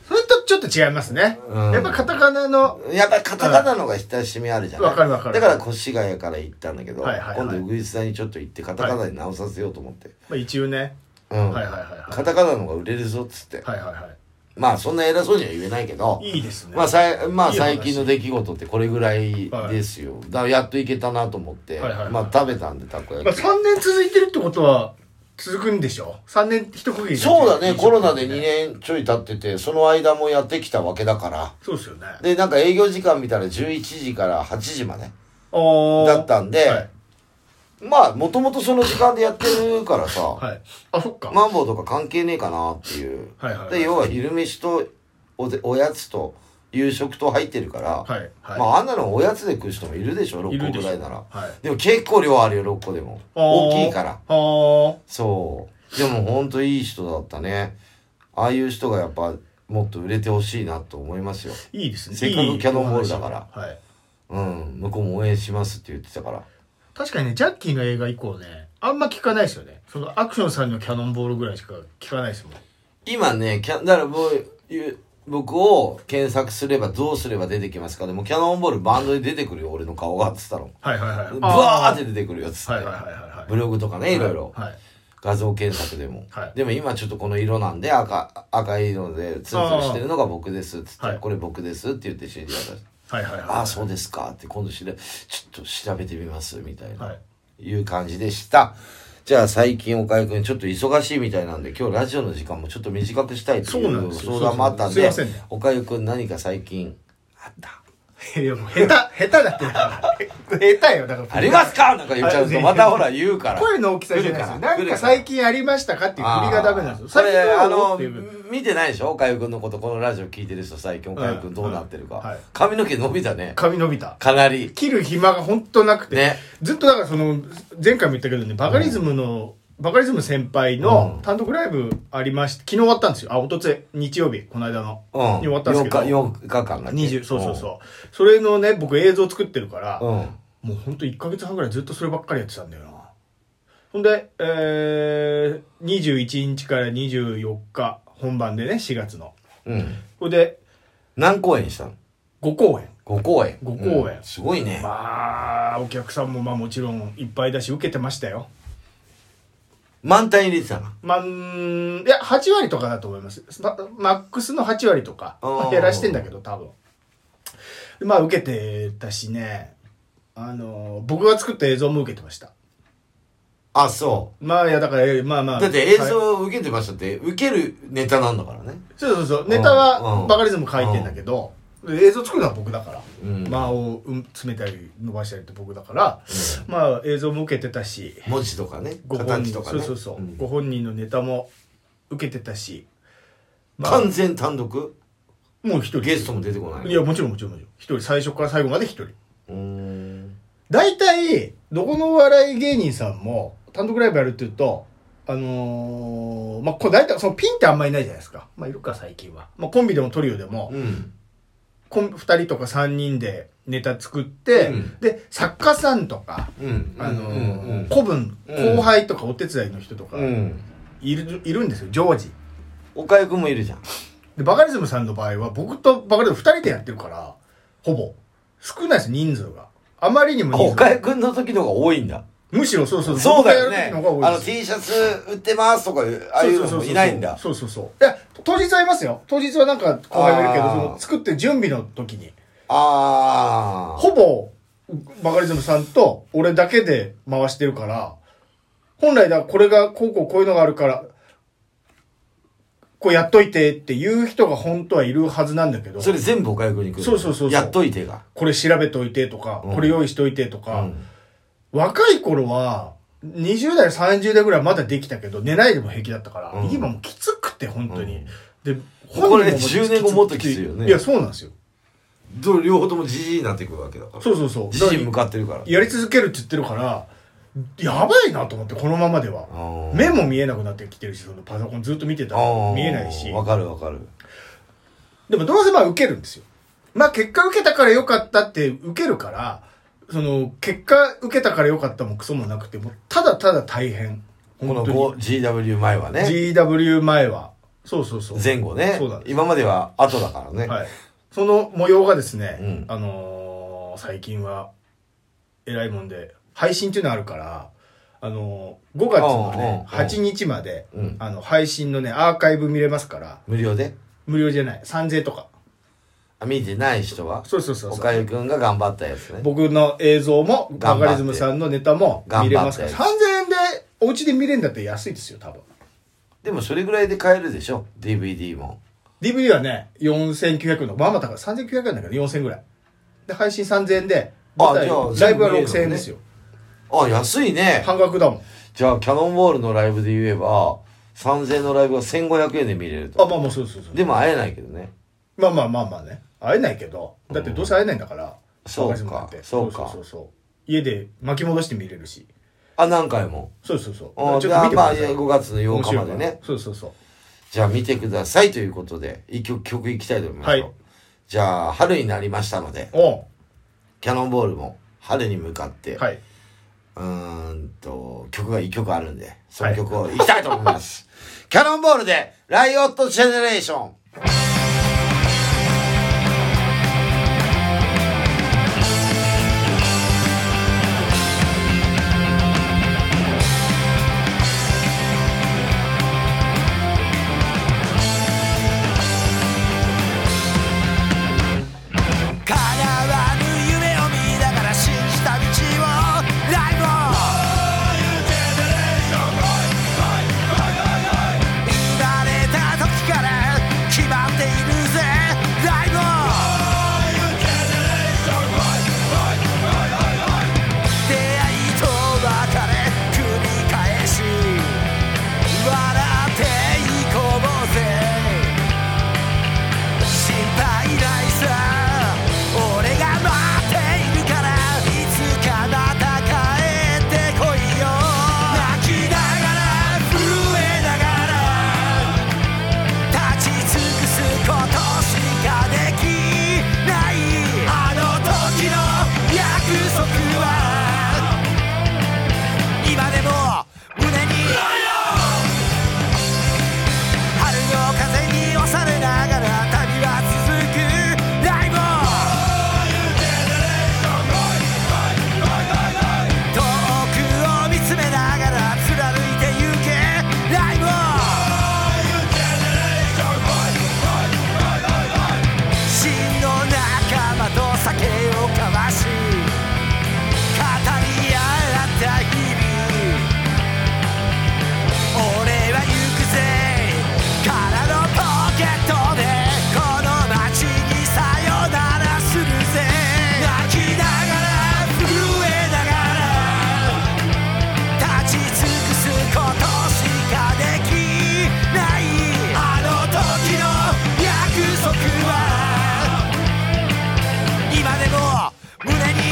B: それだっちょっと違いますね。
C: うん
B: やっぱカタカナの、
C: やっぱりカタカナの方が親しみあるじゃない
B: わかるわかる
C: だから越谷から行ったんだけど、
B: はいはいはい
C: 今度ウグイスさんにちょっと行ってカタカナに直させようと思って、
B: まあ、一応ね。
C: うん
B: はいはいはいは
C: カタカナの方が売れるぞっつって、
B: い。はいはいは
C: まあそんな偉そうには言えないけど
B: い。いいですね。
C: まあさいまあ
B: いい話
C: 最近の出来事ってこれぐらいですよ、だからやっと行けたなと思って、
B: はいはいはい
C: まあ食べたんでたこ
B: まあ、
C: 焼き、
B: 3年続いてるってことは、続くんでしょ ?3 年一区切り
C: そうだねコロナで2
B: 年。
C: 年ちょい経っててその間もやってきたわけだから
B: そうですよね。
C: でなんか営業時間見たら11時から8時までだ
B: だ
C: ったんで、
B: はい。
C: まあもともとその時間でやってるからさ、
B: はい、あ、そっか。
C: マンボウとか関係ねえかなっていう、
B: はいはいはい
C: で要は昼飯とおでおやつと夕食と入ってるから、
B: はいはい
C: まああんなのおやつで食う人もいるでしょ
B: い
C: 6
B: る
C: 個
B: で
C: ぐ
B: しょ
C: らいなら
B: はい
C: でも結構量あるよ6個でも
B: あー
C: 大きいから
B: あー
C: そうでもほんといい人だったねああいう人がやっぱもっと売れてほしいなと思いますよ
B: いいですね。
C: せっかく
B: いい
C: キャノンボールだから
B: お話はい。
C: うん向こうも応援しますって言ってたから
B: 確かにね、ジャッキーの映画以降ね、あんま聞かないですよね。そのアクションさんのキャノンボールぐらいしか聞かないですもん。
C: 今ねキャだからもうゆ僕を検索すればどうすれば出てきますかでもキャノンボールバンドで出てくるよ俺の顔がっつったの
B: はいはいはい。
C: ブワー
B: あ
C: って出てくるよっつって、
B: はいはいはいはいはい。
C: ブログとかねいろいろ、
B: はい。
C: 画像検索でも、
B: はい
C: でも今ちょっとこの色なんで赤赤いのでツンツンしてるのが僕ですっつって、
B: はい
C: これ僕ですって言って CD 渡して
B: はいはいはい。
C: ああそうですかって今度調べちょっと調べてみますみたいな、、
B: はい
C: う感じでしたじゃあ最近岡井君ちょっと忙しいみたいなんで今日ラジオの時間もちょっと短くしたいってい
B: そうなん
C: う
B: ですよ
C: 相談もあったんで
B: そうそうすいませんね
C: 岡井君何か最近あった
B: (laughs) い。いやもう下手、下手だってだから。下手よ、だから。
C: ありますかなんか言っちゃうとまたほら言うから
B: 声の大きさじゃないですよ。な
C: 来
B: ん
C: る
B: か最近ありましたかっていう振りがダメなんですよ。
C: こ
B: 最
C: れ
B: 近
C: あ
B: どう
C: の
B: っていう。
C: 見てないでしょ岡井君のことこのラジオ聞いてる人最近岡井君どうなってるか、
B: はいはい
C: 髪の毛伸びたね
B: 髪伸びた。
C: かなり
B: 切る暇が本当なくて、
C: ね
B: ずっとだからその前回も言ったけどねバカリズムの、バカリズム先輩の
C: うん
B: 単独ライブありまして昨日終わったんですよあ一昨日日曜日この間の、
C: うん
B: に終わったんですけど
C: 4日 ,4 日間だっけ
B: 20そうそうそう、それのね僕映像作ってるから、
C: うん、うん
B: もうほんと1ヶ月半ぐらいずっとそればっかりやってたんだよなほんで、えー、21日から24日本番でね4月の
C: うん
B: ほんで
C: 何公演したの
B: 5公演
C: ?5 公演。
B: 五公演
C: うんすごいね。
B: まあお客さんもまあもちろんいっぱいだし受けてましたよ
C: 満タン入れてたな。
B: まあ、うーんいや、8割とかだと思います。まマックスの8割とか
C: あー
B: 減らしてんだけど、多分。でまあ、受けてたしね、あの、僕が作った映像も受けてました。
C: あ、そ
B: まあ、いや、だから、えまあま
C: う。
B: あ。
C: だって映
B: はい
C: 像を受けてましたって、受けるネタなんだからね。
B: そうそうそう。ネタ
C: うん
B: はバカリズム書いてんだけど、映像作るのは僕だから。
C: うん
B: 間をうん詰めたり伸ばしたりって僕だから、まあ、映像も受けてたし、
C: 文字とかね、
B: ご本
C: 形
B: 人
C: とか
B: そう
C: ね。
B: そうそう、
C: ん
B: ご本人のネタも受けてたし、まあ
C: 完全単独
B: もう一人。
C: ゲストも出てこない。
B: いや、もちろんもちろんもちろん。一人、最初から最後まで一人。
C: うーん。
B: 大体、どこのお笑い芸人さんも、単独ライブやるって言うと、あのー、まあ、こう大体、そのピンってあんまりいないじゃないですか。まあ、いるか、最近は。まあ、コンビでもトリオでも
C: う、ん。
B: コン二人とか三人でネタ作って、
C: うん
B: で、作家さんとか、
C: うん。
B: あのー
C: うん
B: 古文、
C: うん
B: 後輩とかお手伝いの人とか
C: う、ん。うん。
B: いる、いるんですよ、常時。
C: 岡井くんもいるじゃん。
B: で、バカリズムさんの場合は、僕とバカリズム二人でやってるから、ほぼ。少ないです、人数が。あまりにも人数が
C: 岡井くんの時の方が多いんだ。
B: むしろそうそう
C: そうだよね。
B: 僕がやる時の方が
C: あ
B: 多
C: の
B: いです
C: T シャツ売ってますとか、ああいうのもいないんだ。
B: そうそうそういや当日はいますよ当日はなんか後輩もいるけど
C: あ
B: そ
C: ー
B: の作ってる準備の時に
C: ああ。
B: ほぼバカリズムさんと俺だけで回してるから本来だこれがこうこうこういうのがあるからこうやっといてっていう人が本当はいるはずなんだけど
C: それ全部岡井くんに来る。
B: そうそうそうそう
C: やっといてが。
B: これ調べといてとか、
C: うん
B: これ用意しといてとか、
C: うん
B: 若い頃は、20代、30代ぐらいまだできたけど、寝ないでも平気だったから、
C: うん
B: 今もうきつくて、本当に。で、
C: これ
B: 本人ももう
C: 10年後もっときついよね
B: いや、そうなんですよ。
C: どう両方ともじじいになってくるわけだから。
B: そうそうそう。
C: 自
B: だか
C: 身向かってるから。
B: らやり続けるって言ってるから、やばいなと思って、このままでは。
C: うん
B: 目も見えなくなってきてるし、そのパソコンずっと見てたら見えないし
C: うん。わかるわかる。
B: でもどうせまあ受けるんですよ。まあ結果受けたから良かったって受けるから、その結果受けたから良かったもクソもなくて、もうただただ大変。
C: この
B: 本当に
C: こう GW 前はね。
B: GW 前は。そうそうそう
C: 前後ね
B: そうなんです
C: 今までは後だからね、
B: はい、その模様がですね、
C: うん
B: あのー最近は偉いもんで配信っていうのあるから、あのー5月のね
C: うんうんうん
B: 8日まで、
C: うん
B: あの配信のねアーカイブ見れますから
C: 無料で
B: 無料じゃない3000とか
C: あ見てない人は
B: そうそうそう
C: お
B: そ
C: か
B: う
C: ゆくんが頑張ったやつね
B: 僕の映像もバ
C: 頑張って
B: カリズムさんのネタも見れますから3000
C: 頑張
B: 円でお家で見れるんだったら安いですよ多分
C: でもそれぐらいで買えるでしょ DVD も
B: DVD はね4900円のまあまあ高い3900円だけど4000円ぐらいで配信3000円で
C: あ
B: 舞台
C: じゃあ
B: ライブ
C: 全部
B: は
C: 見れるのね
B: 6000円ですよ
C: あ安いね
B: 半額だもん
C: じゃあキャノンボールのライブで言えば3000のライブは1500円で見れる
B: あ
C: と
B: まあまあそうそうそう
C: でも会えないけどね
B: まあまあまあまあね会えないけどだってどうせ会えないんだから、
C: そうか
B: 若い人なんて
C: そうか
B: そうそうそう家で巻き戻して見れるし
C: あ何回も
B: そうそうそう
C: あじ
B: ちょっと
C: ゃあ
B: 見てく
C: まあ
B: ださい
C: 5月の8
B: 面
C: 日ま
B: 白いか
C: で
B: ら
C: ね
B: そうそうそう
C: じゃあ見てくださいということで一曲曲いきたいと思います、
B: はい
C: じゃあ春になりましたので
B: おう
C: キャノンボールも春に向かって、
B: はいう
C: ーんと曲が一曲あるんでその曲をいきたいと思います、 (laughs) キャノンボールで「ライオット・ジェネレーション」
A: 叶わぬ夢を見ながら信じた道をライブ生まれた時から決まっているぜライブ出会いと別れ繰り返し笑っていこうぜ心配ないさ俺が待っているからいつかまた帰ってこいよ泣きながら震えながら立ち尽くすことしかできないあの時の約束は今でも胸に春の風に押されながら旅は続くライブ遠くを見つめながら貫いてゆけライブ真の仲間と酒を交わし語り合った日々俺は行くぜ空のポケットでこの街にさよならするぜ泣きながら震えながら立ち尽くすことしかできないあの時の約束は今でも胸に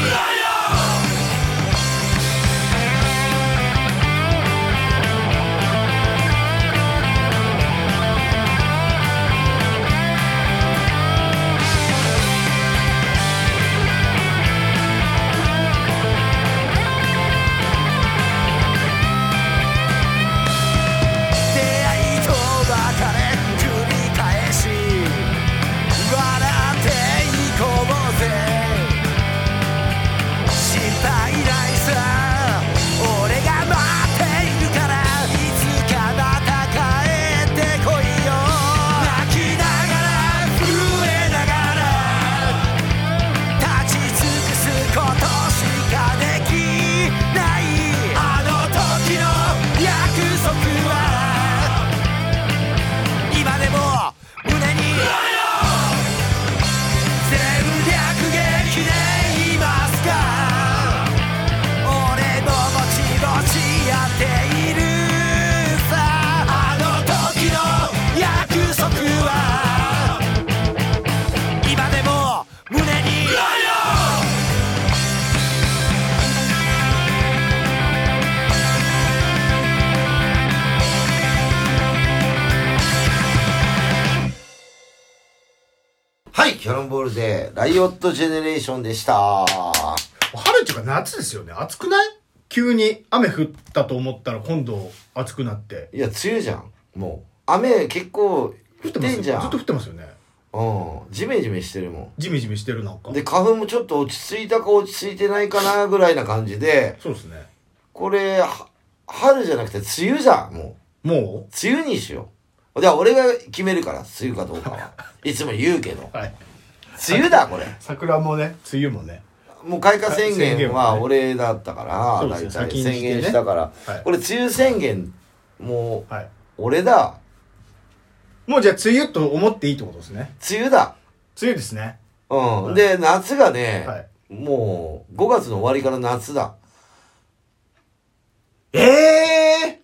A: 出会いと別れ繰り返し笑っていこうぜ心配ないさ俺が待っているからいつかまた帰ってこいよ泣きながら震えながら立ち尽くすことしかできないあの時の約束は今でも胸に全略撃でいますか俺もぼちぼちやっているさあの時の約束は今でも胸に
C: はい、キャノンボールで、ライオットジェネレーションでした。
B: 春っていうか夏ですよね暑くない急に雨降ったと思ったら今度暑くなって
C: いや、梅雨じゃん、もう。雨結構降
B: 降
C: っ
B: ってま
C: て
B: す
C: ん
B: よ
C: じゃ
B: ずっ
C: ん
B: と降。ってますよね
C: うん。ジメジメしてるも
B: ジメジメしてるなんか
C: ん。で、花粉もちょっと落ち着いたか落ち着いてないかなぐらいな感じで、
B: そうですね
C: これ、は春じゃなくて梅雨じゃん、も
B: も
C: う。梅雨にしよう。じゃあ俺が決めるから、梅雨かどうか
B: (laughs)
C: は。いつも言うけど
B: う。はい
C: 梅雨だ、これ。
B: 桜もね梅雨もね
C: もう開花宣
B: 宣言
C: 言
B: もね
C: は俺だったから、
B: そう
C: 大
B: で
C: 体
B: すね先にしてね
C: 宣言したから、
B: はい
C: これ梅雨宣言もう
B: はい
C: 俺だ
B: もうじゃあ梅雨と思っていいってことですね
C: 梅雨だ
B: 梅雨ですね
C: うん、
B: はい
C: で夏がね、
B: はい
C: もう5月の終わりから夏だ
B: ええ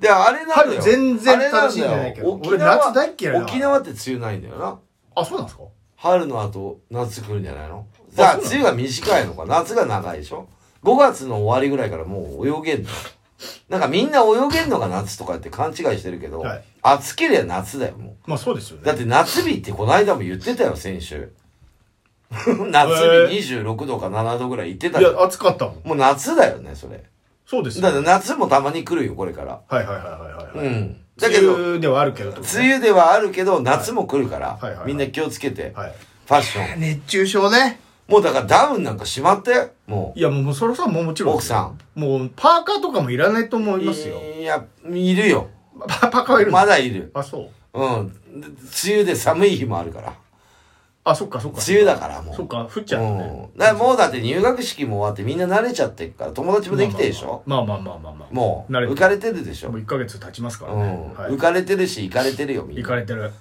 C: であれなんだよ
B: 春全然
C: あれなんだよ
B: 楽しんでないけど
C: 沖
B: 俺
C: 縄
B: 夏大っ嫌いだわ
C: 沖縄って梅雨ないんだよな
B: あそうなんですか
C: 春の後夏来るんじゃないのじゃあ
B: そうなの
C: 梅雨が短いのか夏が長いでしょ5月の終わりぐらいからもう泳げんのなんかみんな泳げんのが夏とかって勘違いしてるけど、
B: はい
C: 暑けりゃ夏だよも
B: まあそうですよ
C: うだっ
B: ね
C: て夏日ってこの間も言ってたよ先週 (laughs) 夏日26度か7度ぐらい言ってた
B: い
C: じゃん
B: や暑かったもん
C: もう夏だよねそれ
B: そうですよ
C: だから夏もたまに来るよこれから
B: はいはいはいはいはい、
C: う
B: はい
C: んだけど
B: 梅雨ではあるけどってことね
C: 梅雨ではあるけど夏も来るから、
B: はいはいはい
C: みんな気をつけて、
B: はい
C: ファッション
B: 熱中症ね
C: もうだからダウンなんかしまったよも
B: いやもうそろそろもうもち
C: う
B: ろん
C: 奥さん
B: もうパーカーとかもいらないと思い
C: い
B: ますよ
C: やいるよ
B: パパーカーはいる
C: まだいる
B: あそう
C: うんで梅雨で寒い日もあるから
B: あそっかそっか
C: 梅雨だからもう
B: そっか降っちゃうね
C: うん、だからもうだって入学式も終わってみんな慣れちゃってるから友達もできてるでしょ、
B: まあまあまあまあまあまあ
C: もう
B: 慣れて
C: 浮かれてるでしょ、
B: もう1ヶ月経ちますか
C: う
B: らね
C: ん
B: はい
C: 浮かれてるし行かれてるよみん
B: 行
C: な
B: かれてる
C: うん。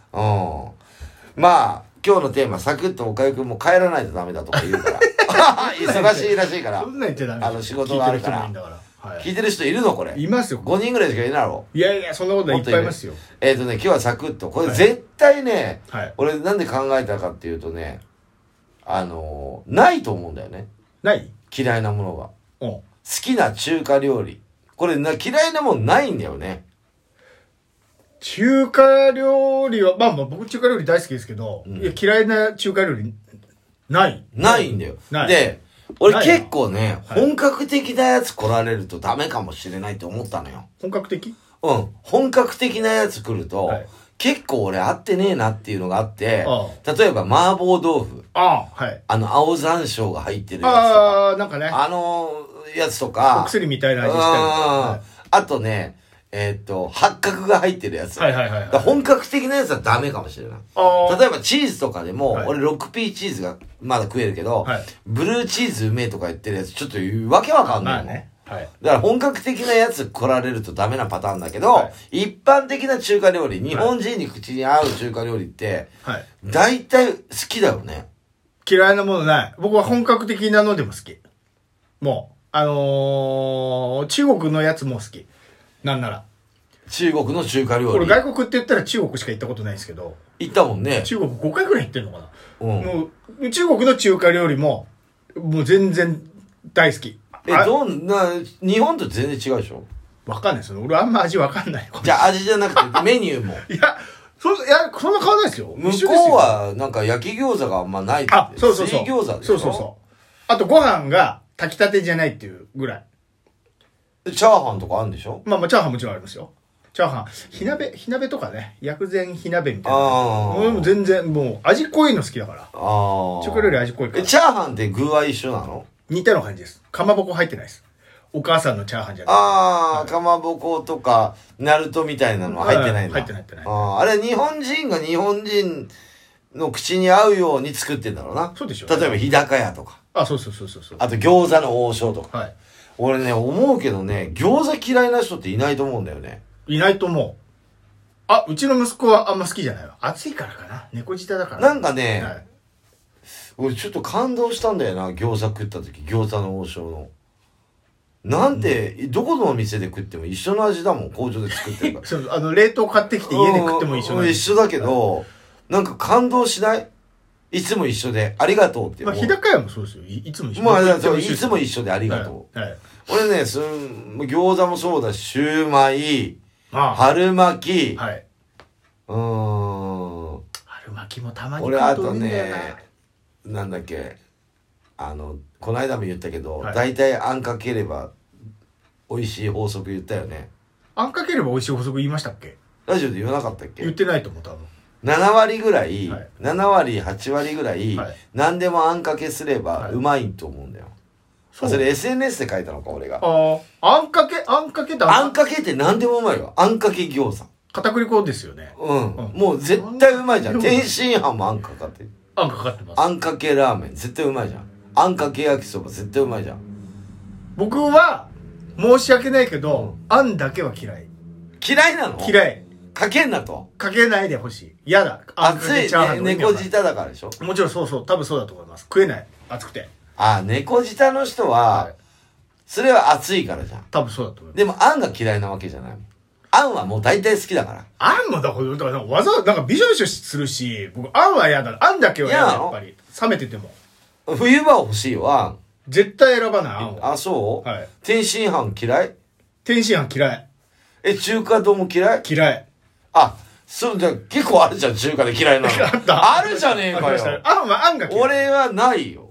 C: まあ、今日のテーマ、サクッとおかゆくんも帰らないとダメだとか言
B: (laughs)
C: うから。 (laughs) 忙しいらしいから
B: そ。んなん言ってダメ
C: あの仕事があるから
B: 聞いてる人もいいんだからは
C: 聞いてる人いるのこれ。
B: いいますよ
C: 5人ぐらいしかいないだろ
B: いやいやそんなこと
C: う。
B: ないいっぱいいますよ
C: もとる。えっ、とね、今日はサクッと。これ
B: はい
C: 絶対ね、
B: はい
C: 俺なんで考えたかっていうとね、あのーないと思うんだよね。
B: ない
C: 嫌いなものが。
B: うん
C: 好きな中華料理。これな、嫌いなもんないんだよね。
B: 中華料理はまあまあ僕中華料理大好きですけど
C: ん
B: いや嫌いな中華料理ない
C: ないんだよ。
B: ない
C: で、俺
B: ないな
C: 結構ね、
B: はい
C: 本格的なやつ来られるとダメかもしれないって思ったのよ。
B: 本格的
C: うん、本格的なやつ来ると、
B: はい
C: 結構俺合ってねえなっていうのがあって、
B: あ
C: 例えば麻婆豆腐、
B: ああはい
C: あの青山椒が入ってるやつとか、
B: ああなんかね
C: あのやつとか、
B: お薬みたいな
C: うん
B: 味したりとか
C: あとね、えーっと、八角が入ってるやつ。
B: はいはいはいはい
C: だから本格的なやつはダメかもしれない。
B: あー
C: 例えばチーズとかでも、
B: はい
C: 俺 6P チーズがまだ食えるけど、
B: はい
C: ブルーチーズうめえとか言ってるやつ、ちょっとわけわかんない
B: ま
C: も
B: あ
C: ん。
B: ねはい
C: だから本格的なやつ来られるとダメなパターンだけど、
B: は
C: 一般的な中華料理、日本人に口に合う中華料理って、
B: はい
C: 大体好きだよね。
B: 嫌いなものない。僕は本格的なのでも好き。もう、あのー、中国のやつも好き。なんなら。
C: 中国の中華料
B: 俺
C: 理。
B: 外国って言ったら中国しか行ったことないんですけど、
C: 行ったもんね。
B: 中国5回くらい行ってるのかな、
C: うん
B: もう、中国の中華料理も、もう全然大好き。
C: え、
B: あ
C: どんな、日本と全然違うでしょ
B: わかんないですよ。俺あんま味わかんない。
C: じ
B: (laughs)
C: ゃあ味じゃなくてメニューも。
B: いや、そ、いや、そんな変わんないですよ。
C: 向
B: (laughs) 一緒です
C: こう
B: よ。
C: はなんか焼き餃子があんまないって
B: あ、そうそうそう。
C: 水餃子でし
B: そ
C: ょ
B: うそうそう。あとご飯が炊きたてじゃないっていうぐらい。
C: う。チャーハンとかあるんでしょ
B: まあまあ、チャーハンもちろんありますよ。チャーハン。火鍋、火鍋とかね。薬膳火鍋みたいな。
C: あー
B: 俺も全然、もう、味濃いの好きだから。
C: ああ。
B: 中華料理味濃いか
C: え
B: ら。
C: チャーハンって具は一緒なの
B: 似たような感じです。かまぼこ入ってないです。お母さんのチャーハンじゃない。
C: ああ、かまぼことか、ナルトみたいなのは入ってないんだ。
B: はい入ってない入ってない
C: ああ、あれは日本人が日本人の口に合うように作ってんだろうな。
B: そうでしょうね
C: 例えば日高屋とか、
B: あ、そうそうそうそうそう。
C: あと餃子の王将とか。
B: は
C: 俺ね、思うけどね、餃子嫌いな人っていないと思うんだよね。
B: い。いないと思う。あ、うちの息子はあんま好きじゃないわ。暑いからかな。猫舌だから。
C: なんかね
B: はい
C: 俺ちょっと感動したんだよな、餃子食った時、餃子の王将の。なんて、どこのお店で食っても一緒の味だもん、工場で作ってるから。
B: そうあの、冷凍買ってきて (laughs) 家で食っても一緒
C: う
B: なんん
C: 一
B: です。
C: 緒だけど、なんか感動しないいつも一緒で、ありがとうって
B: まあ、
C: 思う。
B: 日高屋もそうですよ。いいつも一緒
C: まあ、だから
B: どこ行って
C: いつも一緒であり
B: 緒
C: がと
B: う。はい。はい、
C: う。俺ね、すん餃子もそうだし、シューマイ、
B: まあ、は
C: 春巻き、
B: い。
C: うーん、
B: 春巻きもたまに
C: 俺
B: 買
C: あ
B: うと
C: と
B: いいんだよな
C: ね、なんだっけ、あの、この間も言ったけど
B: は、い
C: 大体あんかければ美味しい法則言ったよね。
B: あんかければ美味しい補足言いましたっけ
C: だラジオで言わなかったっけ
B: 言ってないと思う多分
C: 7割ぐらい、
B: はい
C: 7割8割ぐらい、
B: はい
C: 何でもあんかけすれば
B: はいう
C: まいと思うんだよ、
B: そう
C: あそれ SNS で書いたのか俺が
B: あああんかけあんかけって
C: あ
B: あ
C: ん
B: ん
C: かけって何でもうまいよあんかけ餃子
B: 片栗粉ですよね
C: うん、
B: うん
C: もう絶対うまいじゃ
B: あ
C: ん
B: んかけ
C: 天津飯もあんかかってる
B: あんかかってます
C: あんかけラーメン絶対うまいじゃんあんかけ焼きそば絶対うまいじゃん
B: 僕は申し訳ないけど、あんだけは嫌い
C: 嫌いなのい
B: 嫌い
C: かけんなと
B: かけないでほしい嫌だあんか
C: 熱
B: け
C: い、
B: チャーハン
C: ね、
B: の意味
C: 猫
B: わかんない
C: 舌だからでしょ
B: もちろんそうそう多分そうだと思います食えない熱くて
C: ああ猫舌の人は、
B: はい
C: それは熱いからじゃん
B: 多分そうだと思います
C: でもあんが嫌いなわけじゃないもんあんはもう大体好きだから
B: あんもだからだからわざわざなんかびしょびしょするし僕あんは嫌だあんだけは嫌だ
C: 嫌な
B: や
C: の
B: っぱり冷めてても
C: 冬場欲しいわ
B: 絶対選ばないあ
C: あん
B: んは
C: あそう、
B: はい
C: 天津飯嫌い
B: 天津飯嫌い
C: え中華丼も嫌い
B: 嫌
C: (laughs)
B: い
C: あそうじゃあ結構あるじゃん中華で嫌いなの
B: (laughs) あった
C: るじゃねえ
B: あ
C: か
B: りました
C: よ
B: あんはあんが嫌い
C: 俺はないよ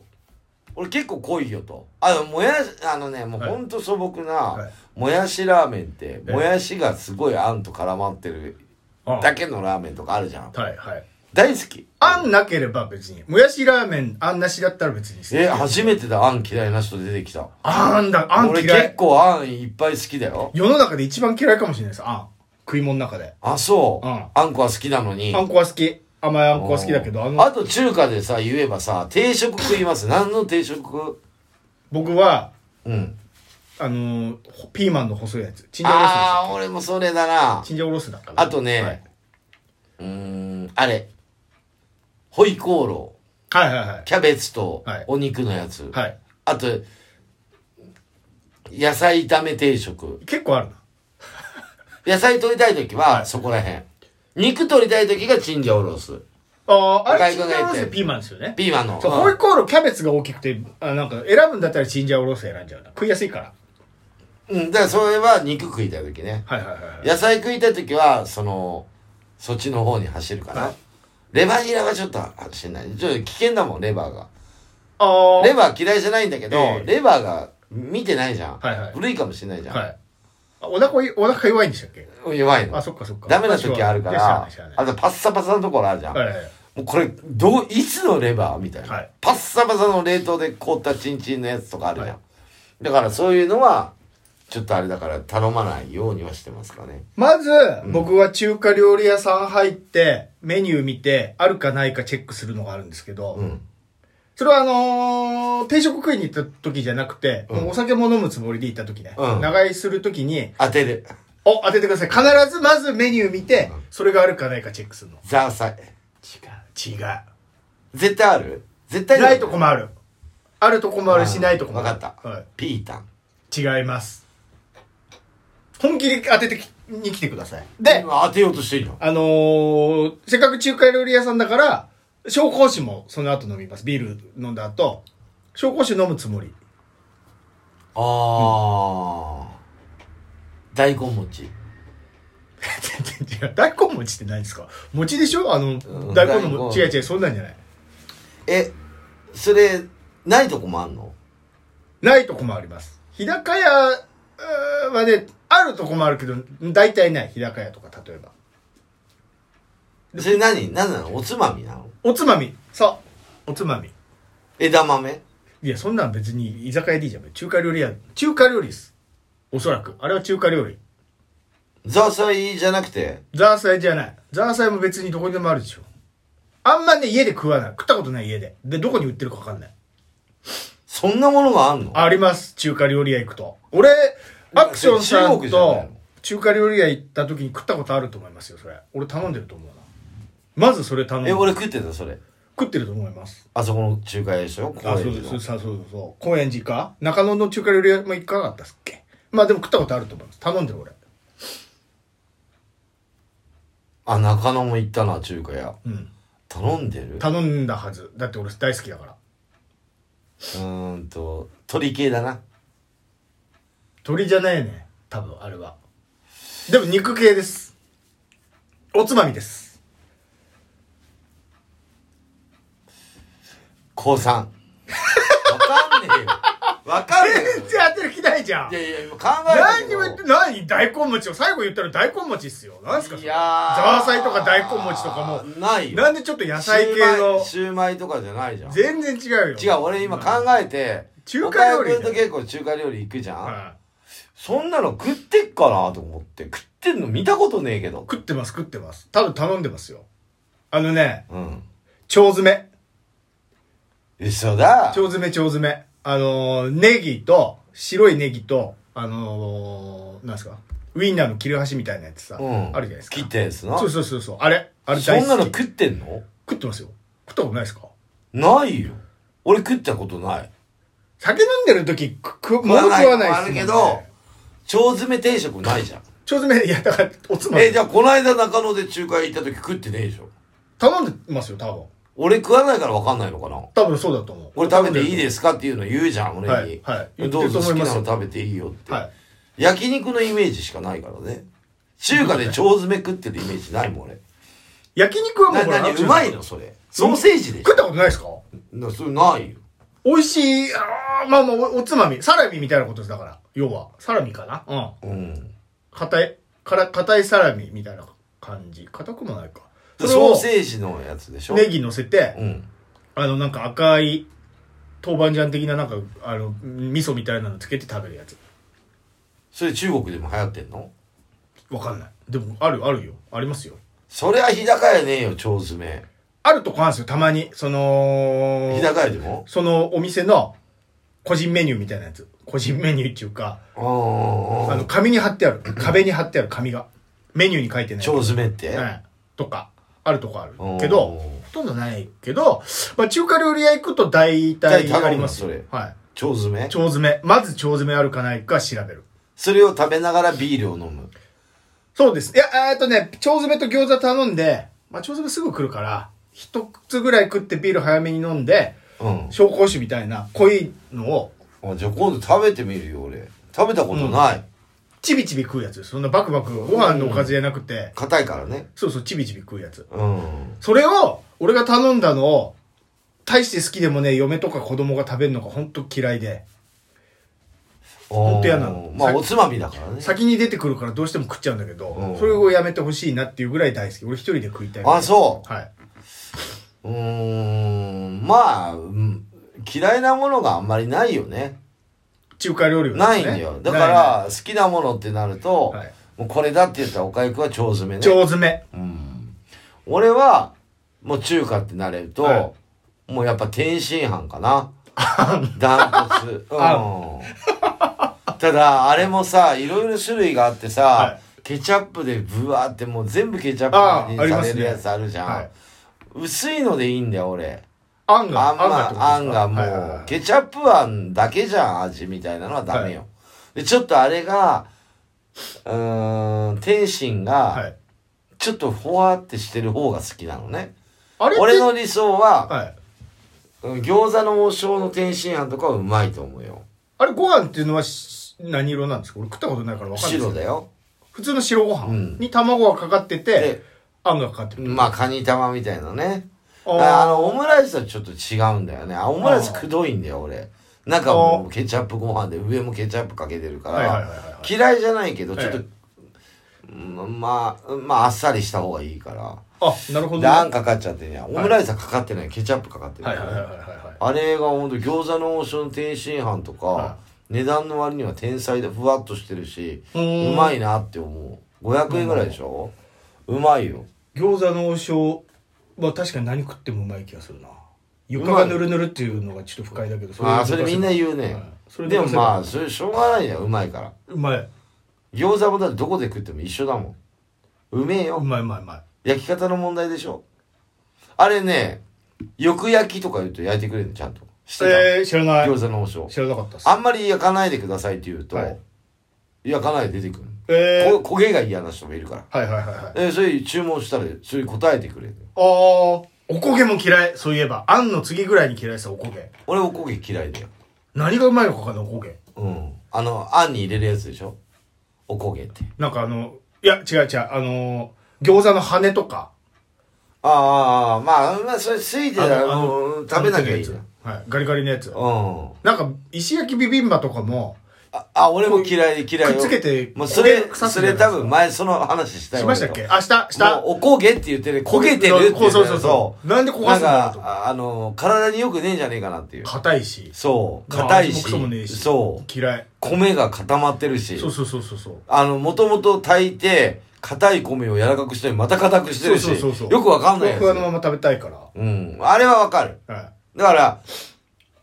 C: 俺結構濃いよとあのもやしあのねもう
B: はい
C: ほんと素朴な、
B: はい
C: もやしラーメンって
B: え
C: もやしがすごいあんと絡まってる
B: うん
C: だけのラーメンとかあるじゃん
B: はいはい
C: 大好き
B: あんなければ別にもやしラーメンあんなしだったら別に好き
C: え初めてだあん嫌いな人出てきた
B: あんだあん
C: 俺
B: 嫌
C: 結
B: い
C: 構あんいっぱい好きだよ
B: 世の中で一番嫌いかもしれないですあん食い物の中で
C: あそう、
B: うん
C: あんこは好きなのに
B: あんこは好き甘いあんこは好きだけどあの
C: あと中華でさ言えばさ定食食います何の定食
B: 僕は
C: うん
B: あのーほピーマンの細いやつチンジャオロース
C: ああ俺もそれだな
B: ですチンジャオロースだから
C: あとね、
B: はいう
C: ーんあれホイコーロ
B: はいはいはい
C: ーキャベツと
B: はい
C: お肉のやつ、
B: はい
C: あと野菜炒め定食
B: 結構あるな
C: 野菜取りたい時
B: は
C: はいそこらへん、肉取りたい時がチンジャオロース
B: あーあれチ
C: お
B: ン
C: かゆが
B: ジャオ
C: 入って
B: ロースってピーマンですよね
C: ピーマンの
B: そう
C: うん
B: ホイコーローキャベツが大きくてあなんか選ぶんだったらチンジャオロース選んじゃうな食いやすいから
C: うんだからそれは肉食いたい時ね
B: はいはいはいはい
C: 野菜食いたい時はそのそっちの方に走るかな、
B: はい
C: レバニラがちょっと走んないちょっと危険だもんレバーが
B: ああ
C: レバー嫌いじゃないんだけど、
B: ええ
C: レバーが見てないじゃん、
B: はいはい
C: 古いかもしれないじゃん、
B: はいあお腹いお腹弱いんでしたっけ
C: 弱いの
B: あそっかそっか
C: ダメな時あるか
B: 知
C: ら
B: ない知ない
C: あとパッサパサのところあるじゃん、
B: はいはいはい
C: もうこれどういつのレバーみたいな、
B: はい
C: パッサパサの冷凍で凍ったチンチンのやつとかあるじゃん、
B: はい
C: だからそういうのはちょっとあれだから頼まないようにはしてますかね
B: まず、僕は中華料理屋さん入って、メニュー見て、あるかないかチェックするのがあるんですけど、
C: うん
B: それはあのー定食食いに行った時じゃなくて、もうお酒も飲むつもりで行った時ね、
C: うん
B: 長居する時に、
C: 当てる
B: お、当ててください。必ずまずメニュー見て、それがあるかないかチェックするの。
C: ザーサイ
B: 違う。違う。
C: 絶対ある絶対
B: ないとこもある。あるとこもあるし、ないとこもある。
C: 分かった、
B: はい
C: ピータン
B: 違います。本気で当ててきに来てください。で、
C: 今当てようとしていいの
B: あのーせっかく中華料理屋さんだから、紹興酒もその後飲みます。ビール飲んだ後、紹興酒飲むつもり。
C: ああ、大根餅
B: (laughs) 全然違う。大根餅って何ですか餅でしょあの、
C: うん
B: 大根のも、
C: 大根
B: 違う違う、そんなんじゃない。
C: えそれないとこもあんの
B: ないとこもあります。日高屋えーはね、あるとこもあるけど、大体ない。日高屋とか、例えば。
C: それ何何なのおつまみなの
B: おつまみ。そう。おつまみ。
C: 枝豆
B: いや、そんなん別に居酒屋でいいじゃん。中華料理屋。中華料理です。おそらく。あれは中華料理。
C: ザーサイじゃなくて
B: ザーサイじゃない。ザーサイも別にどこにでもあるでしょ。あんまね、家で食わない。食ったことない家で。で、どこに売ってるかわかんない。
C: そんなものがあんの
B: あります。中華料理屋行くと。俺、アクションさ
C: 中
B: ん
C: 国じゃない
B: と
C: の
B: 中華料理屋行った時に食ったことあると思いますよ、それ。俺頼んでると思うな。まずそれ頼んで
C: え俺食ってたそれ
B: 食ってると思います。
C: あそこの中華屋でしょ
B: あ、
C: 高
B: そう
C: 円
B: です。
C: 寺
B: そう
C: の
B: そうそうそう。高円寺か中野の中華料理屋も行かなかったっすっけまあでも食ったことあると思います。頼んでる俺。
C: あ中野も行ったな中華屋
B: うん。
C: 頼んでるう
B: 頼んだはず。だって俺大好きだから。
C: ーんと鳥系だな
B: 鳥じゃないね多分あれはでも肉系ですおつまみです
C: 高三わかんねえよわかるよ
B: 全 (laughs) 然当てる気ないじゃん
C: いやいや、考えたけ
B: 何に
C: ど
B: も言って何大根餅を最後言ったら大根餅っすよ何すかそ
C: い
B: れ
C: や
B: ザワサイとか大根餅とか
C: も。
B: も
C: ないよ。
B: なんでちょっと野菜系の
C: シューマイシューマイとかじゃないじゃん。
B: 全然違うよ
C: 違う、俺今考えて、
B: 中華料理
C: 岡山君と結構中華料理行くじゃん。
B: は
C: そんなの食ってっかなと思って。食ってんの見たことねえけど
B: い。食ってます食ってます多分頼んでますよあのね
C: うん。
B: 腸詰め
C: 一緒だ
B: 腸。詰め腸詰めあのーネギと白いネギとあのーなんすかウインナーの切れ端みたいなやつさ、
C: うん。
B: あるじゃないですか
C: 切ったやつな。
B: そうそうそうそうあれあれ
C: そ
B: 大好き
C: んなの食ってんの
B: 食ってますよ食ったことないですか
C: ないよ。俺食ったことない。
B: 酒飲んでる時くく物食わない
C: あ
B: っすもん
C: る
B: ね
C: けど、腸詰め定食ないじゃん。
B: 腸詰めいやだからおつまみ
C: え、じゃあこの間中野で中華行った時食ってねえでしょ
B: 頼んでますよ多分
C: 俺食わないから分かんないのかな
B: 多分そうだと思う
C: 俺食べていいですすかっていうの言うじゃん、俺に。
B: はいはい
C: どうぞ
B: 言ってる
C: 好
B: と思い
C: き
B: ま
C: な
B: すよ
C: の食べていいよって。
B: はい
C: 焼肉のイメージしかないからね。中華で腸詰め食ってるイメージないもん、俺。
B: 焼肉はも
C: な、
B: うほら
C: なに、うまいのそれ。ソーセージでし
B: 食ったことないですか
C: ょな、それないよ。
B: 美味しいあーまあまあおおつまみサラミみたいなことですだから要はサラミかなうん
C: うん。
B: 硬い、から、硬いサラミみたいな感じ。硬くもないか。それ
C: ソー
B: を
C: セージのやつでしょ
B: ネギ乗せて、
C: うん。
B: あの、なんか赤い、豆板醤的ななんか、あの、味噌みたいなのつけて食べるやつ。
C: それ中国でも流行ってんの
B: わかんない。でも、ある、あるよ。ありますよ。
C: そりゃ日高屋ねえよ、腸詰め。
B: あるとこあるんですよ、たまに。その
C: 日、高屋でも
B: そのお店の、個人メニューみたいなやつ。個人メニューっていうか、
C: ああ
B: あの、紙に貼ってある。壁に貼ってある紙が。メニューに書いてない。
C: 腸詰めって、
B: はい、とかあるとこある
C: おー
B: けどほとんどないけど、まあ、中華料理屋行くと大体ありますよ
C: 大体頼む
B: はい
C: 腸詰め
B: 腸詰めまず腸詰めあるかないか調べる
C: それを食べながらビールを飲む。
B: そうですいやえーっとね腸詰めと餃子頼んで、まあ、腸詰めすぐ来るから一つぐらい食ってビール早めに飲んで
C: うん。
B: 紹興酒みたいな濃いのを
C: あじゃあ今度食べてみるよ、俺。食べたことない。
B: ちびちび食うやつですそんなバクバクご飯のおかずじゃなくて
C: 硬、いからね。
B: そうそうちびちび食うやつ
C: うん。
B: それを俺が頼んだのを大して好きでもね嫁とか子供が食べるのが本当嫌いで
C: ほ
B: んと嫌なの
C: まあ
B: さ
C: おつまみだからね。
B: 先に出てくるからどうしても食っちゃうんだけど、
C: うん
B: それをやめてほしいなっていうぐらい大好き俺一人で食いたい
C: あ、そ
B: はい、
C: う。うーん。まあ、うん嫌いなものがあんまりないよね。
B: 中華料理は
C: な
B: で
C: い
B: す
C: ん
B: ね
C: だよ。だか
B: ない
C: ら、好きなものってなると、
B: はい
C: もうこれだって言ったらおかゆくは腸詰めね。
B: 腸詰め
C: うん。俺は、もう中華ってなれると、
B: は
C: もうやっぱ天津飯か
B: (laughs)
C: な。ダントツ。うん。ただ、あれもさ、いろいろ種類があってさ、
B: は
C: ケチャップでブワーってもう全部ケチャッ
B: あ
C: プ
B: ー
C: に
B: あり
C: さ
B: ま
C: れ
B: す
C: る
B: ね
C: やつあるじゃん。
B: はい
C: 薄いのでいいんだよ、俺。
B: あんが
C: あんが、あんがも
B: はいはいうは、い
C: ケチャップあんだけじゃん、味みたいなのはダメよ。で、ちょっとあれが、うーん、天津が、
B: はい
C: ちょっとほわってしてる方が好きなのね。
B: あれって
C: 俺の理想は、
B: はい、
C: うん餃子の王将の天津飯とかはうまいと思うよ。
B: あれご飯っていうのはし何色なんですか俺食ったことないから分かんないです
C: 白だよ。
B: 普通の白ご
C: う
B: 飯
C: ん
B: に卵がかかってて
C: で、、
B: あんがかかってる
C: まあ、カニ玉みたいなね。
B: あー
C: あの、オムライスはちょっと違うんだよね。あオムライスくどいんだよ、俺。中もケチャップご飯で、上もケチャップかけてるか
B: はいはいはいは
C: ら、
B: い
C: 嫌いじゃないけど、ちょっと
B: え、
C: うんまあ、まあ、あっさりした方がいいから。
B: あなるほど
C: で、あん
B: ね
C: かかっちゃってんや。オムライスはかかってない。ケチャップかかってる
B: は
C: か
B: いはい
C: ら
B: は
C: ね
B: いはいはい
C: あれが本当餃子の王将の天津飯とか、
B: は
C: 値段の割には天才でふわっとしてるし、
B: うーん
C: うまいなって思う。500円ぐらいでしょ、うまいよ。
B: 餃子の王将は確かに何食ってもうまい気がするな床がぬるぬるっていうのがちょっと不快だけど
C: ああ、それみんな言うね。
B: はいそれ
C: で
B: で
C: も
B: も
C: まあ、それしょうがないじゃん、うまいから。
B: うまい
C: 餃子もだってどこで食っても一緒だもん。うめえ
B: う
C: よ。
B: まいうまいうまい
C: 焼き方の問題でしょ。あれね、よく焼きとか言うと焼いてくれるの、ちゃんと。してた、
B: えー、知らない
C: 餃子の王将。
B: 知らなかったっす
C: あんまり焼かないでくださいって言うと、
B: はい
C: 焼かないで出てくる。
B: えー、
C: こ焦げが嫌な人もいるから。
B: はいはいはいはいあ
C: えー、それ注文したら、それ答えてくれる。
B: あーおこげも嫌いそういえばあんの次ぐらいに嫌いさおこげ
C: 俺おこげ嫌いだよ。
B: 何がうまいのかわかんないおこげ
C: うん。あの、あんに入れるやつでしょおこげって。
B: なんかあのいや違う違うあのー、餃子の羽とか
C: ああ、まあ、まあ、それついてたら、
B: あのあの
C: もう食べなきゃいいじゃん。
B: はい、ガリガリのやつ
C: うん
B: なんか石焼きビビンバとかも
C: ああ俺も嫌い嫌いよ
B: くっつけて
C: もうそ
B: 焦げ
C: れ
B: 臭く
C: そ
B: なる
C: れ多分前その話したよ
B: しましたっけ
C: 俺と
B: あしたした
C: もうお焦げって言ってる焦げてるって言ってる
B: そうそうそうなんで焦がすんだろうと
C: なんかああの体によくねえんじゃねえかなっていう
B: 硬いし
C: そう硬い
B: 味もクソもねえ
C: し
B: し
C: そう
B: 嫌い
C: 米が固まってるし
B: そうそうそうそうそう
C: あのもともと炊いて硬い米を柔らかくしたりまた硬くしてるし
B: そうそうそうそう
C: よくわかんないや
B: ふわふわのま
C: つ
B: ま食べたいから
C: うんあれはわかる
B: はい
C: だから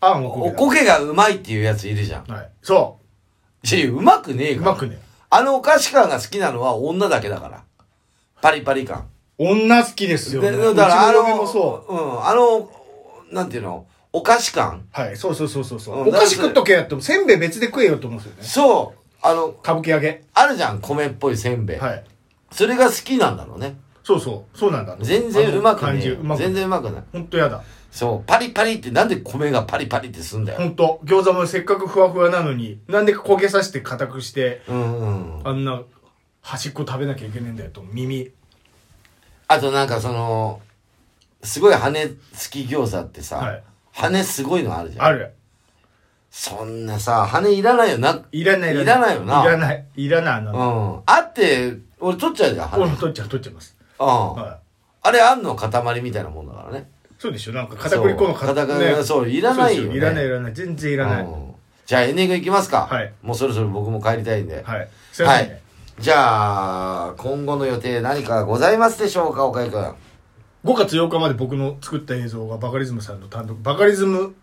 B: あんお
C: お
B: こ
C: こげがうまいっていうやついるじゃん
B: げはいそ
C: しうまくねえ
B: うう
C: から
B: まくね
C: あのお菓子感が好きなのは女だけだからパリパリ感
B: 女好きですよ、ね、
C: でだからあ
B: うちの
C: の
B: 嫁もそう
C: うんあのなんていうのお菓子感
B: はいそうそうそうそうそう、
C: うん
B: お菓子食っとけやってもせんべい別で食えよと思うんですよね
C: そうあの
B: 歌舞伎揚げ
C: あるじゃん米っぽいせんべい、
B: はい
C: それが好きなんだろうね
B: そうそうそうなんだ
C: 全然うまく
B: あの
C: ね
B: 感
C: え
B: じ
C: よ
B: うまく
C: 全然うまくない
B: ほんとやだ
C: そうパリパリってなんで米がパリパリってすんだ
B: ほ
C: よ
B: んと餃子もせっかくふわふわなのになんで焦げさせて硬くして
C: うんうん
B: あんな端っこ食べなきゃいけねえんだよと耳
C: あとなんかそのすごい羽付き餃子ってさ、
B: はい
C: 羽すごいのあるじゃん
B: ある
C: そんなさ羽いらないよない
B: らない
C: いらないよない
B: らないいらないあ
C: う
B: の
C: んあって俺取っちゃうじゃん羽、
B: 俺も取っちゃう取っちゃいます
C: うん
B: は
C: あれあんの塊みたいなもんだからね
B: いそうでしょなんか片栗粉の
C: そう片栗粉そういらないよね
B: そうですいらないいらない全然いらない
C: うんじゃあエンディングいきますか、
B: はい
C: もうそろそろ僕も帰りたいんで
B: はいすいませんね
C: じゃあ今後の予定何かございますでしょうか岡井くん
B: 5月8日まで僕の作った映像がバカリズムさんの単独「バカリズム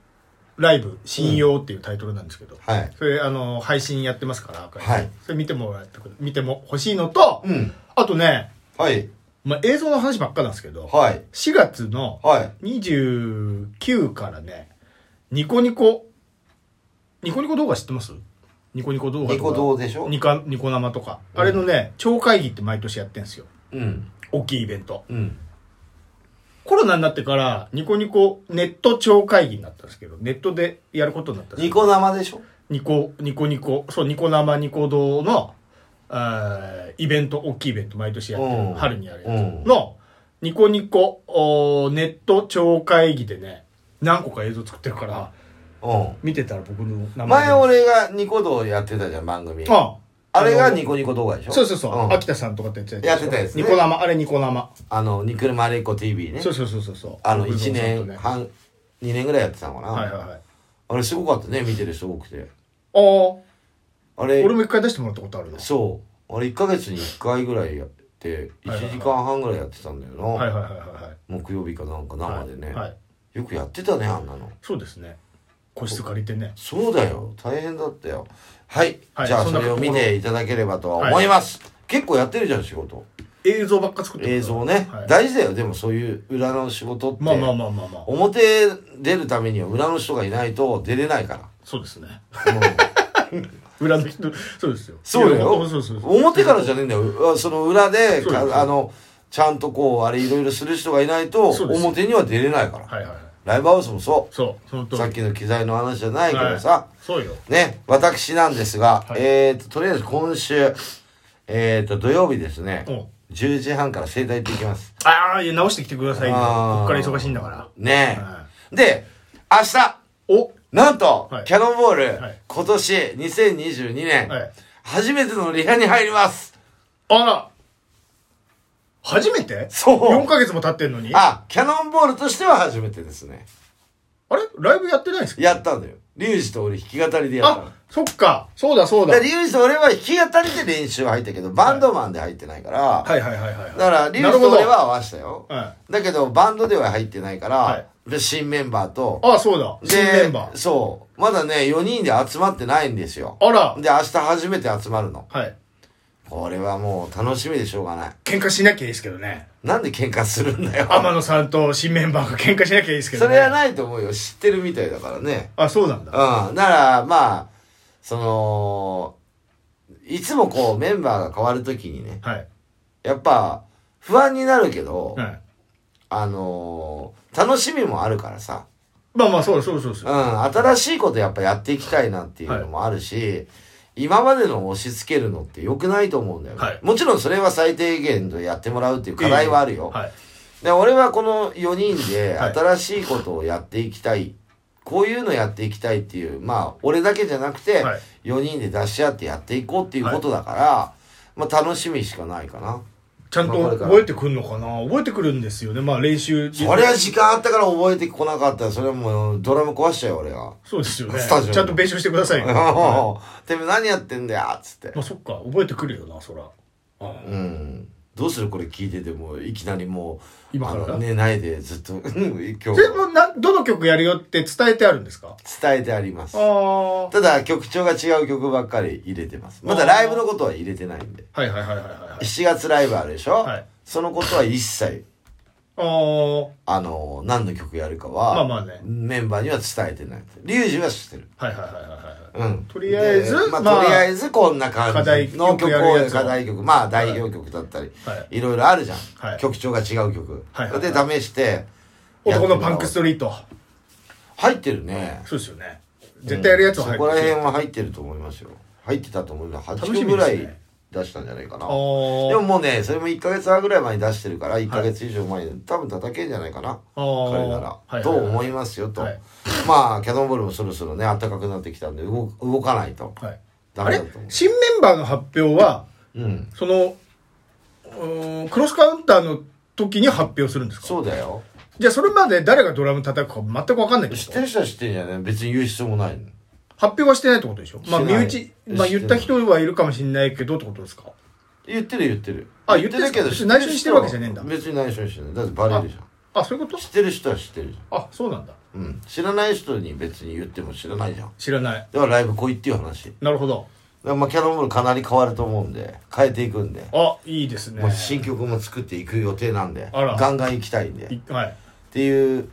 B: ライブ信用」っていうタイトルなんですけど、
C: はい
B: それあの配信やってますから、
C: はい
B: それ見てもらってく見ても欲しいのと、
C: うん
B: あとね、
C: はい
B: まあ、映像の話ばっかなんですけど、
C: はい
B: 4月の
C: はい
B: 29からねニコニコニコニコ動画知ってますニコニコ動画とか
C: ニコ動でしょ
B: ニカニコ生とか、あれのね超会議って毎年やってんですよ
C: うん
B: 大きいイベント
C: うん
B: コロナになってから、ニコニコネット超会議になったんですけど、ネットでやることになったんです
C: ニ
B: けど
C: コ生でしょ
B: ニコ、ニコニコ、そう、ニコ生ニコ動の、あーイベント、大きいイベント、毎年やって
C: うん
B: る、春にやるや
C: うん
B: つの、ニコニコおーネット超会議でね、何個か映像作ってるから、
C: う
B: 見てたら僕の名
C: ん
B: 前
C: 前
B: が。
C: 俺がニコ動やってたじゃん番組あ
B: あ
C: れが
B: あの
C: ニコニコ動画でしょ
B: そうそうそう、
C: ん
B: 秋田さんとかってやってた
C: やってたやつね
B: ね。ニコ生、あれニコ生。
C: あのニクルマレコ TV ね
B: そうそうそうそうそう。
C: あの
B: 僕
C: 1
B: さんと
C: 年
B: ね
C: 半2年ぐらいやってたのかな、
B: はいはいはい。
C: あれすごかったね見てる人多くて
B: ああ。
C: あれ
B: 俺も一回出してもらったことあるな。
C: そうあれ1ヶ月に1回ぐらいやって
B: はいはい
C: 1時間半ぐらいやってたんだよな、
B: はいはいはいはい
C: 木曜日かなんか
B: はい。
C: 生でね、
B: はいはい。
C: よくやってたねあんなの
B: そうですね。個室借りてね。
C: そうだよ大変だったよはい、
B: はい
C: じゃあ
B: そん
C: そ
B: な
C: れを見ていただければとは
B: はい
C: 思います、結構やってるじゃん仕事
B: 映像ばっか作ってる
C: 映像ね、
B: はい
C: 大事だよでもそういう裏の仕事って、
B: まあまあまあまあまあ。
C: 表出るためには裏の人がいないと出れないか
B: そうですね。
C: ら、
B: (laughs)
C: うん
B: 裏の人、そうですよ。
C: そうだ
B: い
C: よ
B: やそうそうそう。
C: 表からじゃねえんだよあその裏で
B: そうです
C: かあのちゃんとこうあれいろいろする人がいないと
B: そうです
C: 表には出れないから、
B: はいはいはい。
C: ライブハウスもそ
B: そう、その
C: う
B: 通り。
C: さっきの機材の話じゃないけ
B: は
C: ど
B: い
C: さ、
B: そうよ。
C: ね、私なんですが、
B: はい
C: えーと、とりあえず今週、えーと、土曜日ですね、
B: うん
C: 10時半から盛大行ってきます。
B: ああ、いや、直してきてくださいよ。こ
C: あー
B: っから忙しいんだから。
C: ねえ、
B: は
C: で、明日、
B: お
C: なんと、
B: はい
C: キャノンボール、
B: はい
C: 今年2022年、
B: はい
C: 初めてのリハに入ります。
B: あら初めて
C: そう
B: 4ヶ月も経ってんのに
C: あ、
B: あ
C: キャノンボールとしては初めてですね。
B: れライブやってないんですか
C: やったんだよ。リュウジと俺弾き語りでやったの
B: あ、そっか。そうだそうだ。
C: だから
B: はい
C: リュウジと俺は弾き語りで練習は入ったけど、バンドマンで入ってないから、
B: はいはいはい。
C: だから、リュ
B: な
C: ウ
B: る
C: ジ
B: ほ
C: と
B: ど
C: 俺は合わせたよ。
B: は
C: だけど、バンドでは入ってないから、
B: は
C: で新メンバーと、
B: あ、そうだ。
C: で
B: 新メンバー。
C: そう。まだね、4人で集まってないんですよ。
B: あら。
C: で、明日初めて集まるの。
B: はい。
C: これはもう楽しみでしょうがない。
B: 喧嘩しなきゃいいですけどね。
C: なんで喧嘩するんだよ。
B: 天野さんと新メンバーが喧嘩しなきゃいいですけど
C: そ
B: ね。
C: れはないと思うよ。知ってるみたいだからね。
B: あ、そうなんだ。
C: うん。なら、まあ、その、いつもこうメンバーが変わるときにね、
B: はい。
C: やっぱ不安になるけど、
B: はい。
C: あのー楽しみもあるからさ。
B: まあまあ、そうそうそうそうう。
C: ん、新しいことやっぱやっていきたいなっていうのもあるし、今までの押し付けるのって良くないと思うんだよね、
B: はい
C: もちろんそれは最低限でやってもらうっていう課題はあるよ。
B: はい。
C: で俺はこの4人で
B: はい
C: 新しいことをやっていきたいこういうのやっていきたいっていうまあ俺だけじゃなくて、
B: はい
C: 4人で出し合ってやっていこうっていうことだから、まあ楽しみしかないかな
B: ちゃんと覚えてくるのかな覚えてくるんですよねまあ練習
C: そりゃ時間あったから覚えてこなかったらそれはもうドラム壊しちゃうよ俺が。
B: そうですよね
C: スタジオ
B: ちゃんと弁償してください
C: (laughs)
B: よ、ま
C: てめえ何やってんだよっつって
B: あ、そっか覚えてくるよなそらあー
C: うん、どうするこれ聞いててもいきなりもう
B: 今から
C: あの寝ないでずっとうん今日
B: でもなどの曲やるよって伝えてあるんですか
C: 伝えてあります
B: ああはい
C: ただ曲調が違う曲ばっかり入れてますまだライブのことは入れてないんで
B: はいはいはいはいはい
C: 7月ライブあるでしょ、
B: はい
C: そのことは一切
B: あー
C: あの何の曲やるか
B: ま
C: は、
B: あまあね
C: メンバーには伝えてないリュウジは知ってる
B: はいはいはいはいはい
C: うん、
B: とりあえず
C: でまあ
B: まあ
C: とりあえずこんな感じの
B: 課題曲
C: 曲
B: やるや
C: を
B: つを
C: 課題曲まあ代表曲だったり、
B: はい
C: い、ろいろあるじゃん、
B: はい
C: 曲調が違う曲、
B: はいはいは
C: で試して
B: 男のパンクス
C: ト
B: トリート
C: 入ってるね
B: そうですよね絶対やるやつは
C: うん
B: 入
C: そ
B: る
C: こら辺は入ってると思いますよ入ってたと思うます
B: 楽し
C: 8
B: みです
C: 曲
B: ね
C: ぐらい出したんじゃないかな
B: あ
C: で
B: ー
C: ももうねそれも1ヶ月半ぐらい前に出してるから1ヶ月以上前に、多分叩けんじゃないかな
B: あー
C: 彼なら、
B: はいはいはい
C: と思いますよと、
B: はい
C: まあキャノンボールもそろそろね暖かくなってきたんで動動かないと
B: はい、
C: ダ
B: あ
C: メ
B: れ
C: だと思う
B: 新メンバーの発表は
C: うん
B: そのうーんクロスカウンターの時に発表するんですか
C: そうだよ
B: じゃあそれまで誰がドラム叩くか全く分かんないって
C: 知っ
B: こ
C: て
B: と
C: る人は知ってるんじゃない別に言う必要もないの
B: 発表はしてないってことでしょまあ
C: して
B: 身
C: ない
B: 内、まあ、
C: してない
B: 言った人はいるかもしれないけどってことですか
C: 言ってる言ってる
B: あ言ってる
C: けど
B: 別に内緒にしてるわけじゃねえんだ
C: 別に内緒にしてないだってバレるじゃん
B: あそういうこと
C: 知ってる人は知ってるじ
B: あそうなんだ
C: ゃん、うん、知らない人に別に言っても知らないじゃん
B: 知らない
C: だからライブ来いっていう話だか
B: なるほど
C: らまあキャノンボールかなり変わると思うんで変えていくんで、
B: あいいですね
C: もう新曲も作っていく予定なんで
B: あら
C: ガンガン行きたいんでっ
B: いはい
C: ていう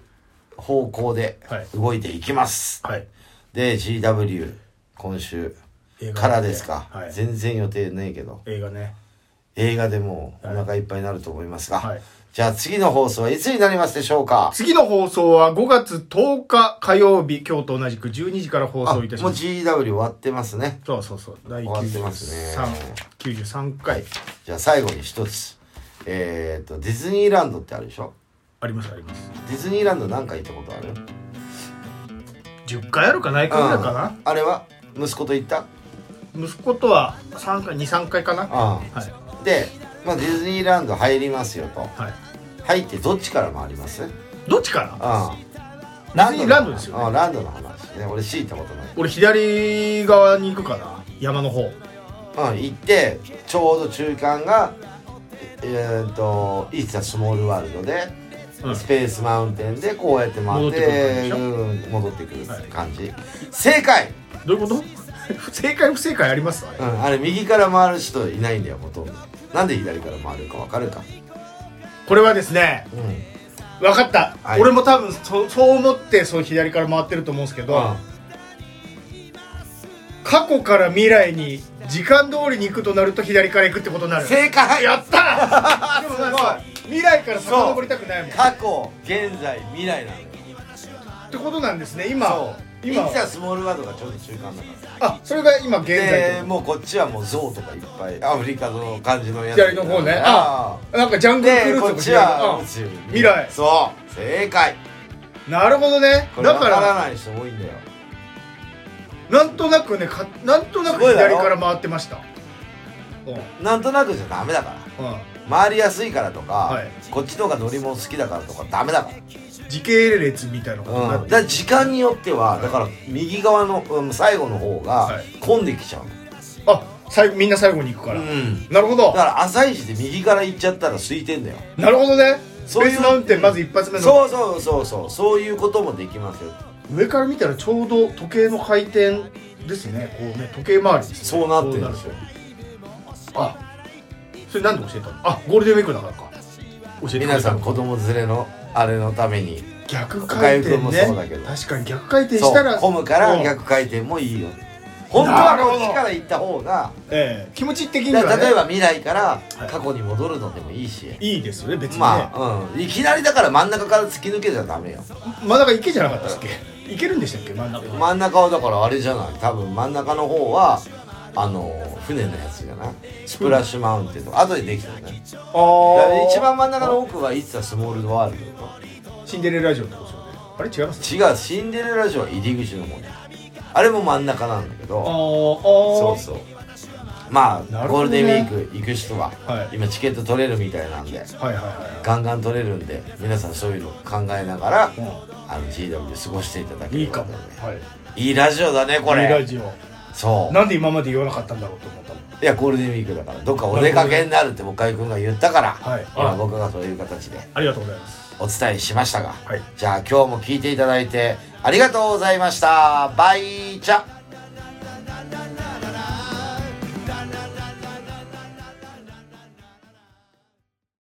C: 方向で
B: はい
C: 動いていきます、
B: はい
C: で GW 今週
B: 映画
C: からですか、
B: はい
C: 全然予定ねえけど
B: 映画ね
C: 映画でもうお腹いっぱいになると思いますが、
B: はい
C: じゃあ次の放送はいつになりますでしょうか
B: 次の放送は5月10日火曜日今日と同じく12時から放
C: あもう
B: 送いたします
C: GW 終わってますね
B: そうそうそう第
C: 終わってます
B: 93
C: ね
B: 九十三回
C: じゃあ最後に一つえっ、とディズニーランドってあるでしょ
B: ありますあります
C: ディズニーランド何回行ったことある
B: 10回あるかないかぐらいか
C: うんあれは息子と行った
B: な息子とは3回23回かなは
C: あ
B: い
C: あで、まあ、ディズニーランド入りますよと
B: はい
C: 入ってどっちから回ります
B: どっちから
C: ああ
B: ディズニーランドですよね
C: ああランドの話ね俺 C 行ったことない
B: 俺左側に行くかな山の方
C: うん、行ってちょうど中間がええーっと「いつはスモールワールドで」
B: うん
C: スペースマウンテンでこうやって回ってうん戻ってくる感じ、正解、
B: どういうこと正解不正解ありますあれ
C: うん、あれ右から回る人いないんだよほとんどなんで左から回るか分かるか、
B: これはですね
C: うん
B: 分かった、
C: はい
B: 俺も多分そそう思ってそう左から回ってると思うんですけど、過去から未来に時間通りに行くとなると左から行くってことになる
C: 正解
B: やっ
C: (laughs)
B: たでもなんか未来から遡りたくないもんっ
C: 過去現在未来なのよ
B: てことなんですね今
C: そう
B: 今
C: いつはスモールワールドがちょうど中間だから
B: あそれが今現在
C: でもうこっちはもう象とかいっぱいアフリカの感じのやつ
B: 左の方ね
C: ああ
B: なんかジャングルクル
C: で
B: ー
C: こ
B: ズと
C: っ
B: か
C: ち
B: 左の
C: は
B: あ
C: 宇宙
B: 未来
C: そう正解
B: なるほどね
C: これ
B: だ
C: 分
B: か
C: から
B: ら
C: ない人多いんだよ
B: なんとなくねかなんとな
C: す
B: く
C: ごいだろ
B: 左から回ってましたうんうん
C: なんとなくじゃダメだから回りやすいからとか、
B: はい
C: こっちの方が乗り物好きだからとかダメだから,、
B: 時系列みたいなことにな
C: うん、だ
B: って
C: から時間によってはだから右側の、うん最後の方が
B: はい
C: 混んできちゃうの、
B: あ最後みんな最後に行くから、
C: うん
B: なるほど
C: だから朝一で右から行っちゃったら空いてんだよ
B: なるほどねス
C: そう
B: ペ
C: い
B: ー
C: う
B: スマウンテンまず一発目の
C: そうそうそうそうそういうこともできますよ
B: 上から見たらちょうど時計の回転ですねこうね時計回りですね
C: そうなってるんですよ
B: あそれなんで教えたのあゴールデンウィークだからか教えてくれた
C: 皆さん子供連れのあれのために
B: 逆回転
C: おかゆくんも
B: ね
C: そうだけど
B: 確かに逆回転
C: そ
B: したら
C: う混むから
B: うん
C: 逆回転もいいよ本当はこっちから行った方が
B: ええ気持ち的に
C: だ
B: は、
C: か
B: ね、
C: ら例えば未来から
B: い
C: 過去に戻るのでもいいし、
B: いいですよね別にね、
C: ま
B: ま
C: あ、うん、いきなりだから真ん中から突き抜けちゃダメよ
B: あ、真ん中池じゃなかったっけ池るんでしたっけ真ん中
C: 真ん中はだからあれじゃない多分真ん中の方はあの船のやつじゃないスプラッシュマウンテンとか後でできたよねだ
B: あ
C: から
B: ー
C: 一番真ん中の奥はいつはスモールワールドと
B: シンデレラ城ってことですよねあれ違います
C: 違うシンデレラ城は入り口の方ねあれも真ん中なんだけ
B: あーあ
C: どそ
B: ー
C: うそうま
B: な
C: あ
B: る
C: ゴー
B: ほど
C: ル
B: ね
C: デンウィーク行く人は
B: はい
C: 今チケット取れるみたいなんで
B: はいはいは
C: ガンガン取れるんで皆さんそういうの考えながら
B: い
C: あの GW で過ごしていただ
B: うん
C: け
B: い
C: れ
B: いか
C: ば
B: も
C: ね
B: はい
C: いいラジオだねこ
B: いいラ
C: れ
B: ジオ
C: そう
B: なんで今まで言わなかったんだろうと思ったの
C: いやゴールデンウィークだからどっかお出かけになるって岡井君が言ったから、
B: はい
C: 今
B: あ
C: 僕がそういう形で
B: ありがとうございます
C: お伝えしましたが、
B: はい
C: じゃあ今日も聞いていただいてありがとうございましたバイチャ